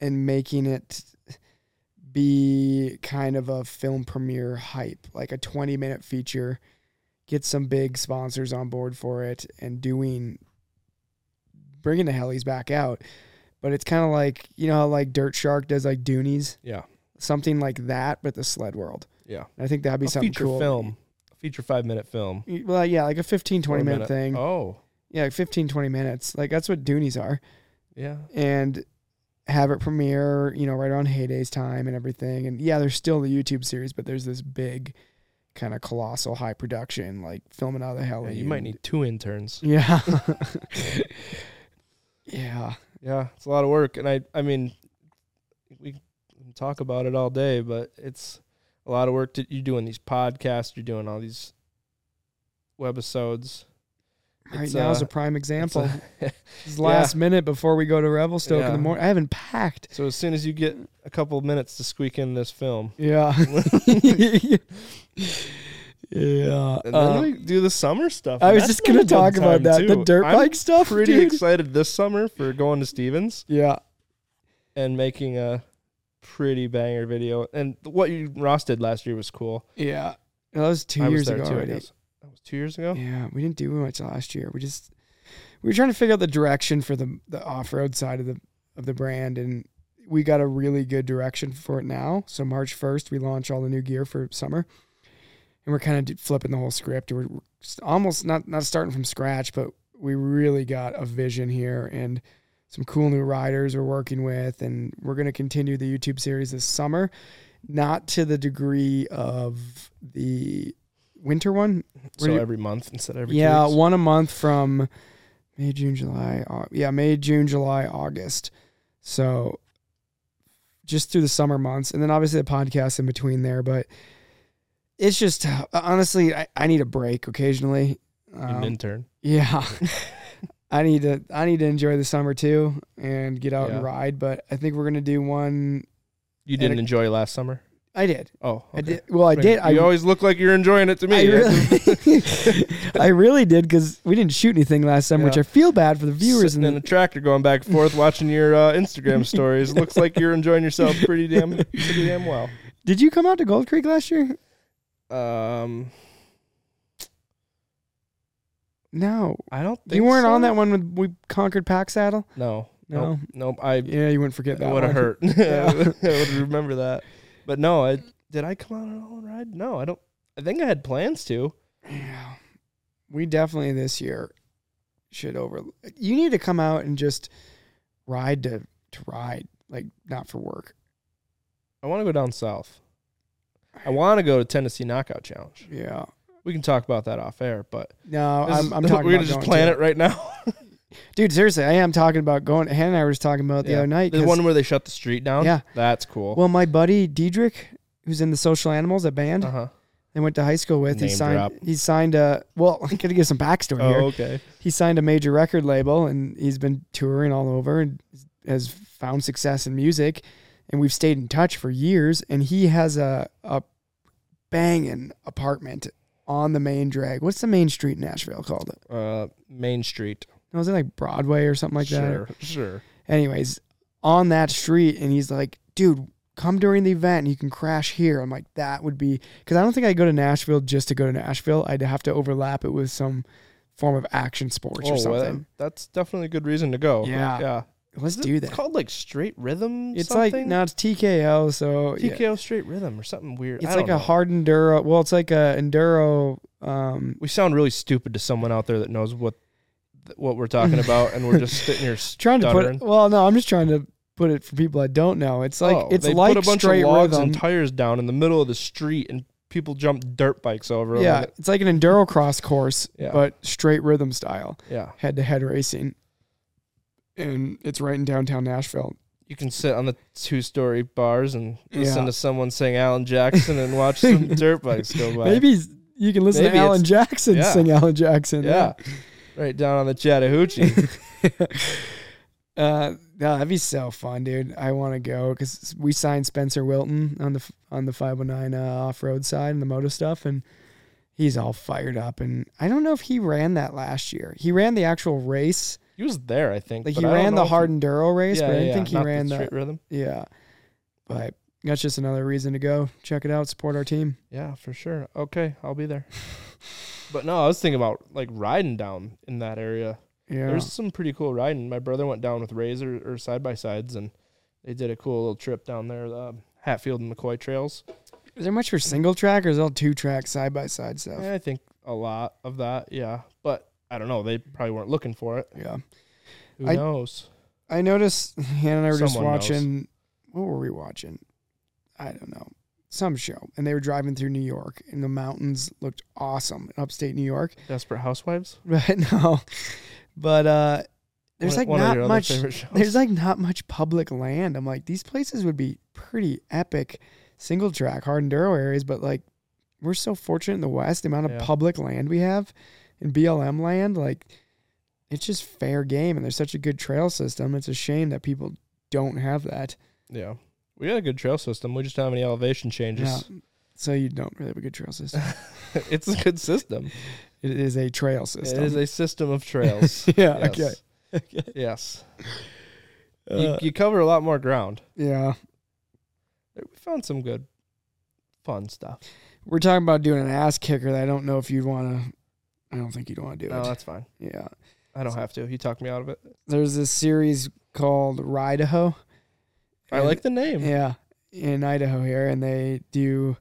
Speaker 1: and making it be kind of a film premiere hype, like a 20 minute feature, get some big sponsors on board for it and doing bringing the helis back out. But it's kind of like, you know, how like Dirt Shark does like Doonies,
Speaker 2: yeah
Speaker 1: something like that, but the sled world.
Speaker 2: yeah
Speaker 1: I think that'd be
Speaker 2: a
Speaker 1: something
Speaker 2: feature
Speaker 1: cool.
Speaker 2: film a feature five minute film
Speaker 1: Well, yeah, like a 15, 20
Speaker 2: Or a
Speaker 1: minute, thing.
Speaker 2: oh
Speaker 1: Yeah, like 15, 20 minutes. Like that's what Doonies are.
Speaker 2: yeah
Speaker 1: And have it premiere, you know, right around Hayday's time and everything. And yeah, there's still the YouTube series, but there's this big, kind of colossal high production, like filming out of the hell.
Speaker 2: Yeah, you might need two interns.
Speaker 1: Yeah.
Speaker 2: uh,
Speaker 1: yeah.
Speaker 2: Yeah, it's a lot of work, and I I mean, we can talk about it all day, but it's a lot of work. To, you're doing these podcasts, you're doing all these webisodes.
Speaker 1: Right
Speaker 2: It's,
Speaker 1: now is
Speaker 2: uh,
Speaker 1: a prime example. It's,
Speaker 2: it's
Speaker 1: last minute before we go to Revelstoke in
Speaker 2: Yeah.
Speaker 1: the morning. I haven't packed.
Speaker 2: So as soon as you get a couple of minutes to squeak in this film,
Speaker 1: Yeah. yeah.
Speaker 2: and then
Speaker 1: Um,
Speaker 2: we do the summer stuff.
Speaker 1: I
Speaker 2: and
Speaker 1: was
Speaker 2: that's
Speaker 1: just gonna
Speaker 2: been a fun
Speaker 1: talk about
Speaker 2: time,
Speaker 1: that. The
Speaker 2: too.
Speaker 1: dirt
Speaker 2: I'm
Speaker 1: bike stuff.
Speaker 2: Pretty
Speaker 1: dude.
Speaker 2: excited this summer for going to Stevens
Speaker 1: Yeah.
Speaker 2: and making a pretty banger video. And what you Ross did last year was cool.
Speaker 1: Yeah. No, that was two
Speaker 2: I was
Speaker 1: years
Speaker 2: there
Speaker 1: ago
Speaker 2: too. I
Speaker 1: already.
Speaker 2: guess. That was two years ago.
Speaker 1: Yeah, we didn't do much last year. We just we were trying to figure out the direction for the the off road side of the of the brand, and we got a really good direction for it now. So March first, we launch all the new gear for summer, and we're kind of flipping the whole script. We're we're s- almost not not starting from scratch, but we really got a vision here and some cool new riders we're working with, and we're going to continue the YouTube series this summer, not to the degree of the winter one
Speaker 2: So
Speaker 1: Were you-
Speaker 2: every month instead of every two
Speaker 1: yeah,
Speaker 2: weeks.
Speaker 1: one a month from May, June, July. Au- yeah, May, June, July, August. So just through the summer months, and then obviously the podcast in between there. But it's just honestly, I, I need a break occasionally.
Speaker 2: Need an
Speaker 1: Um,
Speaker 2: intern.
Speaker 1: yeah, I need to I need to enjoy the summer too and get out and
Speaker 2: Yeah.
Speaker 1: ride. But I think we're gonna do one.
Speaker 2: You
Speaker 1: and
Speaker 2: didn't
Speaker 1: a-
Speaker 2: enjoy last summer.
Speaker 1: I did.
Speaker 2: Oh,
Speaker 1: I
Speaker 2: okay.
Speaker 1: did. Well, I
Speaker 2: Right.
Speaker 1: did. I
Speaker 2: you always look like you're enjoying it to me.
Speaker 1: I really, I really did because we didn't shoot anything last time, which
Speaker 2: Yeah.
Speaker 1: I feel bad for the viewers.
Speaker 2: Sitting
Speaker 1: And
Speaker 2: in a tractor going back and forth, watching your uh, Instagram stories. Looks like you're enjoying yourself pretty damn, pretty damn well.
Speaker 1: did you come out to Gold Creek last year?
Speaker 2: Um,
Speaker 1: No,
Speaker 2: I don't. think
Speaker 1: you weren't
Speaker 2: so.
Speaker 1: on that one when we conquered Pack Saddle.
Speaker 2: No,
Speaker 1: No,
Speaker 2: nope, nope. I
Speaker 1: yeah, you wouldn't forget that.
Speaker 2: would
Speaker 1: one.
Speaker 2: have hurt.
Speaker 1: Yeah.
Speaker 2: I would remember that. But no, I did. I come out on a own ride. No, I don't. I think I had plans to.
Speaker 1: Yeah, we definitely this year should over. You need to come out and just ride to to ride, like not for work.
Speaker 2: I want to go down south. I want to go to Tennessee Knockout Challenge.
Speaker 1: Yeah.
Speaker 2: We can talk about that off air, but
Speaker 1: No,
Speaker 2: this
Speaker 1: Uh, I'm,
Speaker 2: is-
Speaker 1: I'm talking. about
Speaker 2: we're gonna just
Speaker 1: going
Speaker 2: plan
Speaker 1: to-
Speaker 2: it right now.
Speaker 1: dude. Seriously, I am talking about going. Hannah and I were just talking about it the
Speaker 2: Yeah.
Speaker 1: other night.
Speaker 2: The
Speaker 1: 'cause-
Speaker 2: one where they shut the street down.
Speaker 1: Yeah.
Speaker 2: that's cool.
Speaker 1: Oh. Well, my buddy Diedrich, who's in the Social Animals, a band
Speaker 2: uh huh.
Speaker 1: I went to high school with, he
Speaker 2: Name
Speaker 1: signed.
Speaker 2: drop.
Speaker 1: He signed a. Well, I gotta give some backstory
Speaker 2: Oh,
Speaker 1: here.
Speaker 2: okay.
Speaker 1: He signed a major record label, and he's been touring all over, and has found success in music, and we've stayed in touch for years. And he has a a banging apartment on the main drag. What's the main street in Nashville called?
Speaker 2: Uh, Main Street.
Speaker 1: No, is it like Broadway or something like that?
Speaker 2: sure, sure.
Speaker 1: anyways, on that street, and he's like, dude, come during the event and you can crash here. I'm like, that would be because I don't think I'd go to Nashville just to go to Nashville. I'd have to overlap it with some form of action sports
Speaker 2: Oh,
Speaker 1: or
Speaker 2: well,
Speaker 1: something.
Speaker 2: that's definitely a good reason to go.
Speaker 1: Yeah.
Speaker 2: yeah.
Speaker 1: Let's
Speaker 2: Is it
Speaker 1: do that.
Speaker 2: called like Straight Rhythm.
Speaker 1: It's like
Speaker 2: something?
Speaker 1: now it's TKO, so yeah.
Speaker 2: TKO Straight Rhythm or something weird. I
Speaker 1: it's
Speaker 2: don't
Speaker 1: like a
Speaker 2: know.
Speaker 1: hard enduro. Well, it's like a enduro. Um,
Speaker 2: We sound really stupid to someone out there that knows what th- what we're talking about, and we're just sitting here
Speaker 1: trying to
Speaker 2: stuttering.
Speaker 1: put. Well, no, I'm just trying to put it for people that don't know. It's like
Speaker 2: Oh,
Speaker 1: it's
Speaker 2: they
Speaker 1: like
Speaker 2: put a bunch
Speaker 1: straight
Speaker 2: of logs
Speaker 1: rhythm.
Speaker 2: and tires down in the middle of the street, and people jump dirt bikes over. them,
Speaker 1: yeah,
Speaker 2: and it-
Speaker 1: it's like an enduro cross course,
Speaker 2: Yeah.
Speaker 1: but straight rhythm style.
Speaker 2: yeah.
Speaker 1: head to head racing. And it's right in downtown Nashville.
Speaker 2: You can sit on the two story bars and listen
Speaker 1: Yeah.
Speaker 2: to someone sing Alan Jackson and watch some dirt bikes go by.
Speaker 1: Maybe you can listen
Speaker 2: Maybe
Speaker 1: to Alan
Speaker 2: it's-
Speaker 1: Jackson
Speaker 2: yeah.
Speaker 1: sing Alan Jackson.
Speaker 2: Yeah. Right down on the Chattahoochee.
Speaker 1: Uh, no, that'd be so fun, dude. I want to go because we signed Spencer Wilton on the on the 509 uh, off road side and the moto stuff, and he's all fired up. And I don't know if he ran that last year. He ran the actual race,
Speaker 2: he was there, I think.
Speaker 1: like
Speaker 2: but
Speaker 1: he
Speaker 2: I don't
Speaker 1: ran
Speaker 2: know
Speaker 1: the
Speaker 2: if
Speaker 1: hard enduro
Speaker 2: he-
Speaker 1: race,
Speaker 2: Yeah,
Speaker 1: but I
Speaker 2: yeah,
Speaker 1: didn't think he
Speaker 2: not
Speaker 1: ran
Speaker 2: the
Speaker 1: the
Speaker 2: Straight Rhythm.
Speaker 1: yeah. But that's just another reason to go check it out, support our team.
Speaker 2: Yeah, for sure. Okay, I'll be there. but no, I was thinking about like riding down in that area.
Speaker 1: Yeah.
Speaker 2: There's some pretty cool riding. My brother went down with Razor or side by sides, and they did a cool little trip down there, the Hatfield and McCoy trails.
Speaker 1: Is there much for single track or is it all two track side by side stuff?
Speaker 2: And I think a lot of that, yeah. But I don't know. They probably weren't looking for it.
Speaker 1: Yeah.
Speaker 2: Who
Speaker 1: I-
Speaker 2: knows?
Speaker 1: I noticed Hannah and I were just
Speaker 2: Someone knows.
Speaker 1: watching. What were we watching? I don't know. Some show, and they were driving through New York, and the mountains looked awesome in upstate New York.
Speaker 2: Desperate Housewives.
Speaker 1: But no, but uh, there's like
Speaker 2: One- one of your
Speaker 1: not
Speaker 2: other
Speaker 1: much.
Speaker 2: favorite shows.
Speaker 1: There's like not much public land. I'm like these places would be pretty epic, single track hard enduro areas. But like, we're so fortunate in the West, the amount of
Speaker 2: Yeah.
Speaker 1: public land we have, in BLM land, like it's just fair game. And there's such a good trail system. It's a shame that people don't have that.
Speaker 2: yeah. We got a good trail system. We just don't have any elevation
Speaker 1: Yeah.
Speaker 2: changes.
Speaker 1: So you don't really have a good trail system.
Speaker 2: it's a good system.
Speaker 1: it is a trail system.
Speaker 2: It is a system of trails.
Speaker 1: yeah.
Speaker 2: yes.
Speaker 1: Okay.
Speaker 2: Yes.
Speaker 1: Uh,
Speaker 2: you, you cover a lot more ground.
Speaker 1: yeah.
Speaker 2: We found some good, fun stuff.
Speaker 1: We're talking about doing an ass kicker that I don't know if you'd want to. I don't think you'd want to do
Speaker 2: No,
Speaker 1: it.
Speaker 2: that's fine.
Speaker 1: Yeah.
Speaker 2: I don't have to. You talked me out of it.
Speaker 1: There's this series called Rideaho.
Speaker 2: I
Speaker 1: And-
Speaker 2: like the name.
Speaker 1: Yeah. In Idaho here, and they do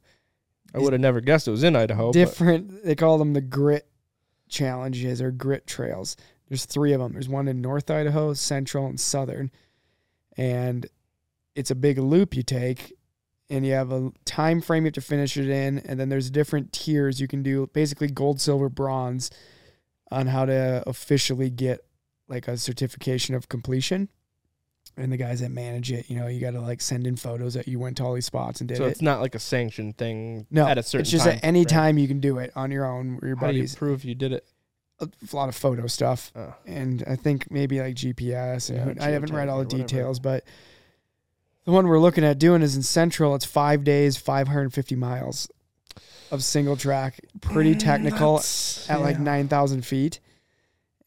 Speaker 2: I would have never guessed it was in Idaho. but
Speaker 1: different. They call them the grit challenges or grit trails. There's three of them. There's one in North Idaho, Central, and Southern, and it's a big loop you take, and you have a time frame you have to finish it in, and then there's different tiers you can do. Basically, gold, silver, bronze, on how to officially get like a certification of completion. And the guys that manage it, you know, you got to like send in photos that you went to all these spots and did
Speaker 2: so
Speaker 1: it.
Speaker 2: it's not like a sanctioned thing.
Speaker 1: No,
Speaker 2: at a certain
Speaker 1: it's just
Speaker 2: time
Speaker 1: at any
Speaker 2: frame.
Speaker 1: time you can do it on your own or your
Speaker 2: How do you
Speaker 1: buddies. Uh,
Speaker 2: prove you did it?
Speaker 1: A lot of photo stuff,
Speaker 2: Oh.
Speaker 1: and I think maybe like GPS. And
Speaker 2: Yeah,
Speaker 1: who- I haven't read
Speaker 2: geotag
Speaker 1: all the
Speaker 2: or whatever.
Speaker 1: details, but the one we're looking at doing is in Central. It's five days, five hundred and fifty miles of single track, pretty technical
Speaker 2: Mm, That's-
Speaker 1: at like
Speaker 2: yeah.
Speaker 1: nine thousand feet.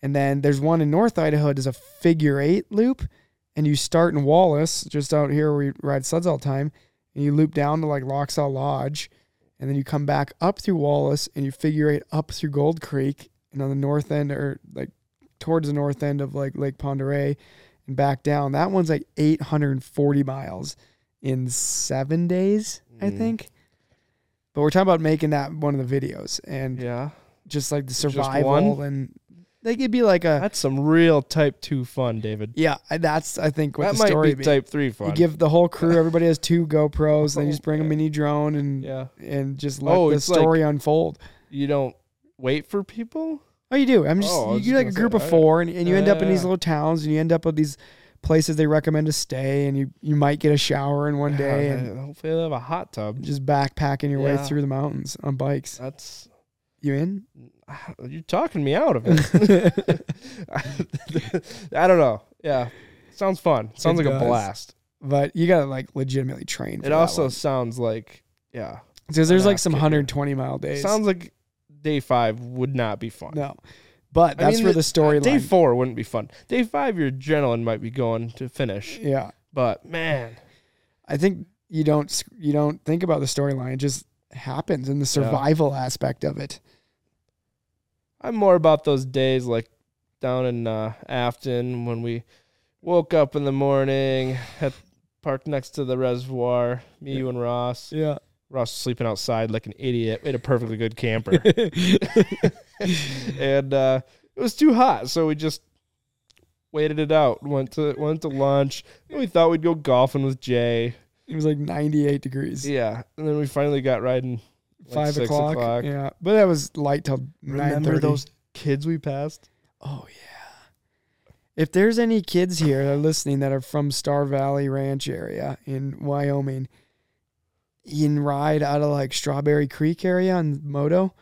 Speaker 1: And then there's one in North Idaho. Does a figure eight loop, and you start in Wallace, just out here where we ride sleds all the time, and you loop down to like Locksaw Lodge, and then you come back up through Wallace and you figure eight up through Gold Creek and on the north end or like towards the north end of like Lake Ponderay and back down. That one's like eight hundred and forty miles in seven days, I
Speaker 2: Mm.
Speaker 1: think. But we're talking about making that one of the videos, and
Speaker 2: Yeah,
Speaker 1: just like the
Speaker 2: Just one?
Speaker 1: survival and they could be like a
Speaker 2: that's some real Type Two fun, David.
Speaker 1: yeah I- that's i think what
Speaker 2: that
Speaker 1: the
Speaker 2: might
Speaker 1: story
Speaker 2: be,
Speaker 1: be.
Speaker 2: Type Three fun. Oh,
Speaker 1: you give the whole crew everybody has two gopros then you just bring a
Speaker 2: Yeah.
Speaker 1: mini drone and
Speaker 2: yeah,
Speaker 1: and just let
Speaker 2: Oh,
Speaker 1: the
Speaker 2: it's like-
Speaker 1: story unfold
Speaker 2: you don't wait for people.
Speaker 1: oh you do i'm just
Speaker 2: Oh, I was
Speaker 1: you do
Speaker 2: just
Speaker 1: like a
Speaker 2: gonna
Speaker 1: group
Speaker 2: say,
Speaker 1: of
Speaker 2: I-
Speaker 1: four and, and you end up in these
Speaker 2: Yeah.
Speaker 1: little towns and you end up with these places they recommend to stay and you you might get a shower in one
Speaker 2: Yeah,
Speaker 1: day and
Speaker 2: and hopefully they have a hot tub.
Speaker 1: just backpacking your way
Speaker 2: Yeah.
Speaker 1: through the mountains on bikes
Speaker 2: That's
Speaker 1: you in
Speaker 2: you're talking me out of it. I don't know. Yeah, sounds fun. Sounds
Speaker 1: It
Speaker 2: like
Speaker 1: does.
Speaker 2: a blast.
Speaker 1: but you gotta like legitimately train for
Speaker 2: It
Speaker 1: that
Speaker 2: also
Speaker 1: one.
Speaker 2: sounds like yeah.
Speaker 1: because there's
Speaker 2: an
Speaker 1: like
Speaker 2: ass
Speaker 1: some
Speaker 2: kicker.
Speaker 1: 120 mile days
Speaker 2: Sounds like day five would not be fun.
Speaker 1: No. But
Speaker 2: I
Speaker 1: that's
Speaker 2: mean,
Speaker 1: where the
Speaker 2: Day
Speaker 1: storyline.
Speaker 2: four wouldn't be fun. Day five, your adrenaline might be going to finish,
Speaker 1: Yeah.
Speaker 2: but man,
Speaker 1: I think you don't s- you don't think about the storyline. It just happens in the survival aspect of it.
Speaker 2: I'm more about those days like down in uh, Afton when we woke up in the morning, had parked next to the reservoir. Me, you, and Ross.
Speaker 1: Yeah.
Speaker 2: Ross was sleeping outside like an idiot. We had a perfectly good camper, and uh, it was too hot, so we just waited it out. Went to went to lunch. And we thought we'd go golfing with Jay.
Speaker 1: It was like 98 degrees.
Speaker 2: Yeah, and then we finally got riding. like,
Speaker 1: 5
Speaker 2: six
Speaker 1: o'clock. Yeah. But that was light till 9:30.
Speaker 2: kids we passed?
Speaker 1: Oh yeah. If there's any kids here that are listening that are from Star Valley Ranch area in Wyoming, you can ride out of like Strawberry Creek area on Moto.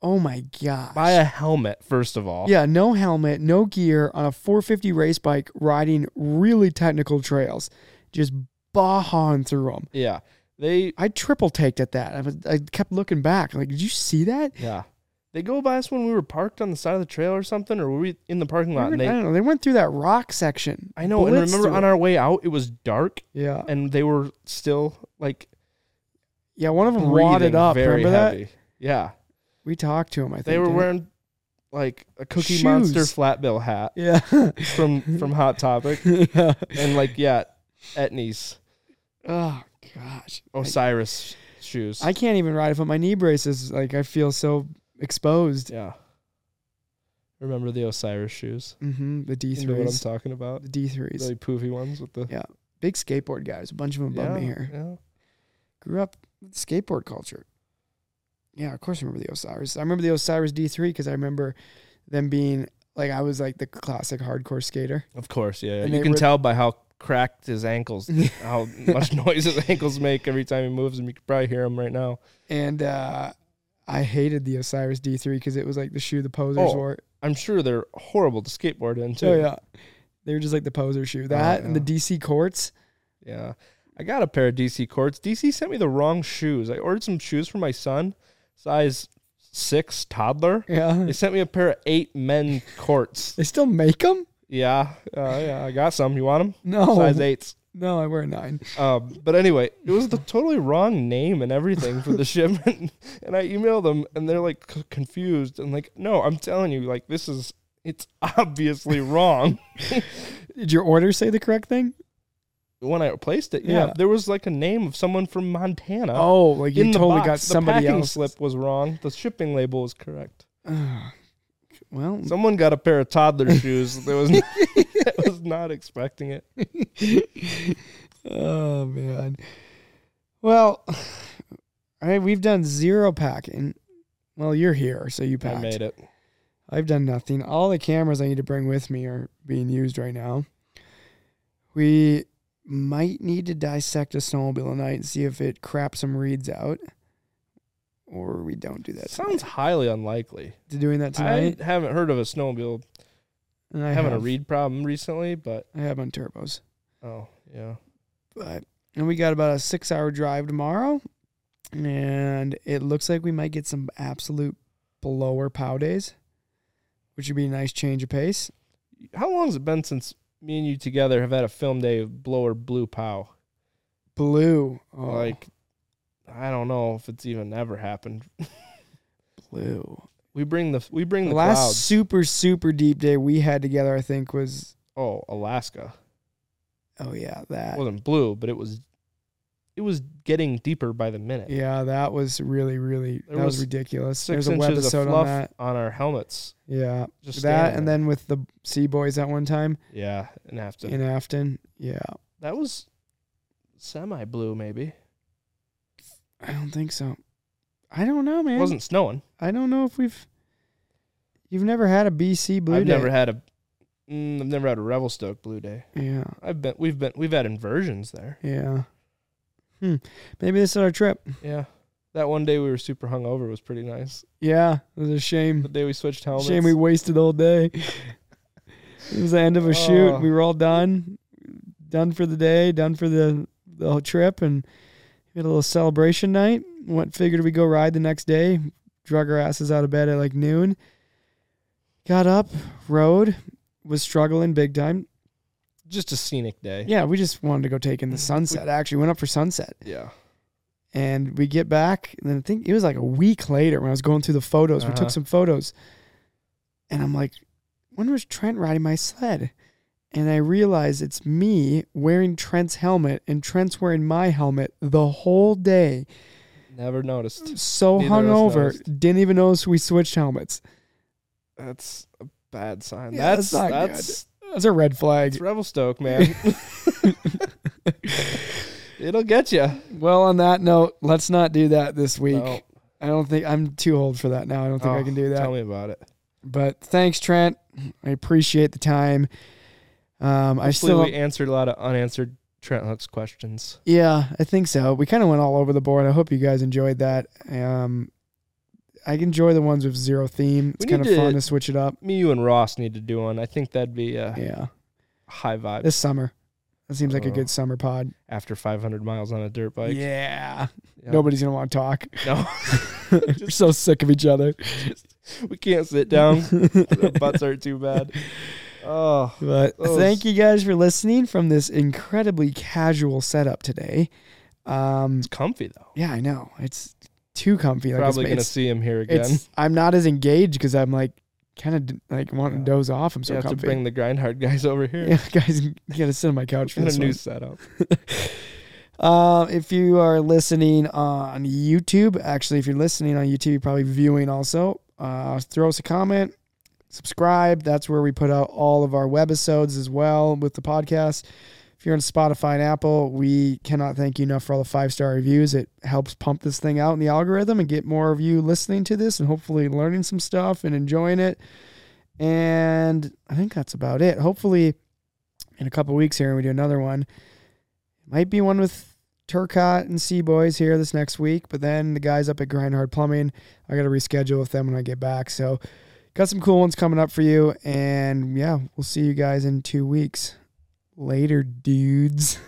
Speaker 1: Oh my gosh.
Speaker 2: Buy a helmet first of all.
Speaker 1: Yeah, no helmet, no gear on a 450 race bike riding really technical trails, just bahawing through them.
Speaker 2: yeah. They
Speaker 1: I triple taked at that. I, was, I kept looking back. Like, did you see that?
Speaker 2: Yeah. They go by us when we were parked on the side of the trail or something, or were we in the parking
Speaker 1: They
Speaker 2: lot?
Speaker 1: were-
Speaker 2: And
Speaker 1: I
Speaker 2: they,
Speaker 1: don't know. They went through that rock section.
Speaker 2: I know. And
Speaker 1: blitzed
Speaker 2: remember
Speaker 1: through
Speaker 2: on
Speaker 1: it.
Speaker 2: our way out, it was dark
Speaker 1: yeah,
Speaker 2: and they were still like
Speaker 1: yeah. One of them wadded
Speaker 2: breathing
Speaker 1: up.
Speaker 2: very
Speaker 1: Remember that?
Speaker 2: heavy. Yeah.
Speaker 1: We talked to him. I think
Speaker 2: They were
Speaker 1: didn't-
Speaker 2: wearing like a Cookie Monster
Speaker 1: Shoes.
Speaker 2: flatbill hat
Speaker 1: Yeah,
Speaker 2: from from Hot Topic
Speaker 1: yeah.
Speaker 2: and like, yeah, Etnies,
Speaker 1: Oh gosh,
Speaker 2: Osiris shoes.
Speaker 1: I can't even ride it, but my knee braces. Like, I feel so exposed.
Speaker 2: yeah. Remember the Osiris shoes?
Speaker 1: Mm-hmm. The D
Speaker 2: You know what I'm
Speaker 1: threes.
Speaker 2: talking about?
Speaker 1: The D threes.
Speaker 2: Really poofy ones with the
Speaker 1: Big skateboard guys. A bunch of them above me here.
Speaker 2: yeah.
Speaker 1: Grew up with skateboard culture. Yeah, of course I remember the Osiris. I remember the Osiris D three because I remember them being like I was like the classic hardcore skater.
Speaker 2: Of course, yeah.
Speaker 1: And
Speaker 2: you
Speaker 1: they
Speaker 2: can
Speaker 1: were-
Speaker 2: tell by how cracked his ankles, how much noise his ankles make every time he moves, and you can probably hear him right now.
Speaker 1: And uh, I hated the Osiris D three because it was like the shoe the posers
Speaker 2: Oh,
Speaker 1: wore.
Speaker 2: I'm sure they're horrible to skateboard in too.
Speaker 1: So
Speaker 2: Oh,
Speaker 1: Oh, yeah, they were just like the poser shoe. That and the
Speaker 2: yeah.
Speaker 1: DC courts.
Speaker 2: Yeah. I got a pair of DC cords. DC sent me the wrong shoes. I ordered some shoes for my son, size six toddler.
Speaker 1: Yeah,
Speaker 2: They sent me a pair of eight men cords.
Speaker 1: they still make them.
Speaker 2: Yeah, uh, yeah, I got some. You want them?
Speaker 1: No,
Speaker 2: Size eights.
Speaker 1: no, I wear a nine.
Speaker 2: Um, but anyway, it was the totally wrong name and everything for the shipment. and I emailed them, and they're like c- confused and like, no, I'm telling you, like this is it's obviously wrong.
Speaker 1: Did your order say the correct thing?
Speaker 2: when I placed it, yeah,
Speaker 1: Yeah.
Speaker 2: there was like a name of someone from Montana.
Speaker 1: Oh, like you
Speaker 2: Uh, in the
Speaker 1: totally
Speaker 2: box.
Speaker 1: got
Speaker 2: the
Speaker 1: somebody
Speaker 2: packing
Speaker 1: else.
Speaker 2: slip was wrong. The shipping label was correct.
Speaker 1: Ugh. well,
Speaker 2: Someone got a pair of toddler shoes. There was that was not expecting it.
Speaker 1: oh man. Well, all right, we've done zero packing. Well, you're here, so you
Speaker 2: I
Speaker 1: packed.
Speaker 2: made it.
Speaker 1: I've done nothing. All the cameras I need to bring with me are being used right now. We might need to dissect a snowmobile tonight and see if it craps some reeds out. Or we don't do that.
Speaker 2: That sounds highly unlikely.
Speaker 1: tonight. doing that tonight.
Speaker 2: I haven't heard of a snowmobile
Speaker 1: and I
Speaker 2: having a
Speaker 1: have-
Speaker 2: read problem recently, but
Speaker 1: I have on turbos.
Speaker 2: oh yeah.
Speaker 1: But and we got about a six hour drive tomorrow. And it looks like we might get some absolute blower pow days, which would be a nice change of pace.
Speaker 2: How long has it been since me and you together have had a film day of blower blue pow?
Speaker 1: Blue. Oh,
Speaker 2: Like I don't know if it's even ever happened.
Speaker 1: blue.
Speaker 2: We bring the we bring
Speaker 1: The
Speaker 2: the,
Speaker 1: last
Speaker 2: clouds.
Speaker 1: super, super deep day we had together, I think, was
Speaker 2: Oh, Alaska.
Speaker 1: oh, yeah, that.
Speaker 2: It wasn't blue, but it was it was getting deeper by the minute.
Speaker 1: yeah, that was really, really,
Speaker 2: There
Speaker 1: that was,
Speaker 2: was
Speaker 1: ridiculous.
Speaker 2: six
Speaker 1: There's a
Speaker 2: inches of
Speaker 1: webisode
Speaker 2: fluff
Speaker 1: on that.
Speaker 2: our helmets.
Speaker 1: Yeah. that
Speaker 2: Just standing
Speaker 1: and
Speaker 2: there.
Speaker 1: then with the Sea Boys at one time
Speaker 2: yeah, and after
Speaker 1: in Afton. Yeah.
Speaker 2: that was semi blue. Maybe
Speaker 1: I don't think so. I don't know,
Speaker 2: it
Speaker 1: man.
Speaker 2: wasn't snowing.
Speaker 1: I don't know if we've. You've never had a BC blue
Speaker 2: I've
Speaker 1: day.
Speaker 2: never had a mm, I've never had a Revelstoke blue day.
Speaker 1: yeah,
Speaker 2: I've been we've been we've had inversions there.
Speaker 1: yeah. Hmm. Maybe this is our trip.
Speaker 2: Yeah, that one day we were super hungover was pretty nice.
Speaker 1: Yeah, it was a
Speaker 2: The
Speaker 1: shame.
Speaker 2: day we switched helmets.
Speaker 1: Shame we wasted all day. it was the end of a shoot.
Speaker 2: Oh.
Speaker 1: We were all done, done for the day, done for the the whole trip, and we had a little celebration night. Went figured we go ride the next day. Drug our asses out of bed at like noon. Got up, rode, was struggling big time.
Speaker 2: just a scenic day.
Speaker 1: Yeah, we just wanted to go take in
Speaker 2: Mm-hmm.
Speaker 1: the sunset. Actually, went up for sunset,
Speaker 2: Yeah.
Speaker 1: and we get back, and then I think it was like a week later when I was going through the photos. We
Speaker 2: Uh-huh.
Speaker 1: took some photos, and I'm like, "When was Trent riding my sled?" And I realize it's me wearing Trent's helmet, and Trent's wearing my helmet the whole day.
Speaker 2: Never noticed.
Speaker 1: So
Speaker 2: Neither of us
Speaker 1: hungover,
Speaker 2: noticed.
Speaker 1: didn't even notice we switched helmets.
Speaker 2: That's a bad sign.
Speaker 1: Yeah, that's
Speaker 2: that's that's
Speaker 1: not good.
Speaker 2: that's,
Speaker 1: That's a red flag.
Speaker 2: Revelstoke, man. It'll get you.
Speaker 1: Well, on that note, let's not do that this week.
Speaker 2: No.
Speaker 1: I don't think I'm too old for that now. I don't think I
Speaker 2: Oh,
Speaker 1: can do that.
Speaker 2: Tell me about it.
Speaker 1: But thanks, Trent. I appreciate the time. Um, I
Speaker 2: Hopefully
Speaker 1: still,
Speaker 2: we answered a lot of unanswered Trent Hooks questions.
Speaker 1: yeah, I think so. We kind of went all over the board. I hope you guys enjoyed that. Um, I enjoy the ones with zero theme. It's
Speaker 2: We
Speaker 1: kind of
Speaker 2: need to-
Speaker 1: fun to switch it up.
Speaker 2: Me, you, and Ross need to do one. I think that'd be a
Speaker 1: Yeah,
Speaker 2: high vibe
Speaker 1: this summer. That seems like a
Speaker 2: Oh.
Speaker 1: good summer pod.
Speaker 2: after 500 miles on a dirt bike.
Speaker 1: yeah.
Speaker 2: Yeah.
Speaker 1: Nobody's gonna want to talk.
Speaker 2: No,
Speaker 1: We're so sick of each other.
Speaker 2: we can't sit down. Our butts aren't too bad. Oh,
Speaker 1: But
Speaker 2: Those-
Speaker 1: thank you guys for listening from this incredibly casual setup today. Um,
Speaker 2: it's comfy though.
Speaker 1: yeah, I know it's too comfy. Like
Speaker 2: Probably
Speaker 1: it's,
Speaker 2: gonna
Speaker 1: it's-
Speaker 2: see him here again.
Speaker 1: it's I'm not as engaged because I'm like kind of like wanting
Speaker 2: Yeah.
Speaker 1: to doze off. I'm
Speaker 2: you
Speaker 1: so
Speaker 2: have
Speaker 1: comfy.
Speaker 2: to bring the grind hard guys over here.
Speaker 1: yeah, guys, you gotta sit on my couch for
Speaker 2: In a
Speaker 1: this
Speaker 2: new
Speaker 1: one.
Speaker 2: setup.
Speaker 1: Uh, if you are listening on YouTube, actually, if you're listening on YouTube, you're probably viewing also. Uh, throw us a comment, subscribe. That's where we put out all of our webisodes as well with the podcast. If you're on Spotify and Apple, we cannot thank you enough for all the five star reviews. It helps pump this thing out in the algorithm and get more of you listening to this and hopefully learning some stuff and enjoying it. And I think that's about it. Hopefully, in a couple weeks here, we do another one. Might be one with Turcot and Sea Boys here this next week, but then the guys up at Grindhard Plumbing, I got to reschedule with them when I get back. So, got some cool ones coming up for you. And yeah, we'll see you guys in two weeks. Later, dudes.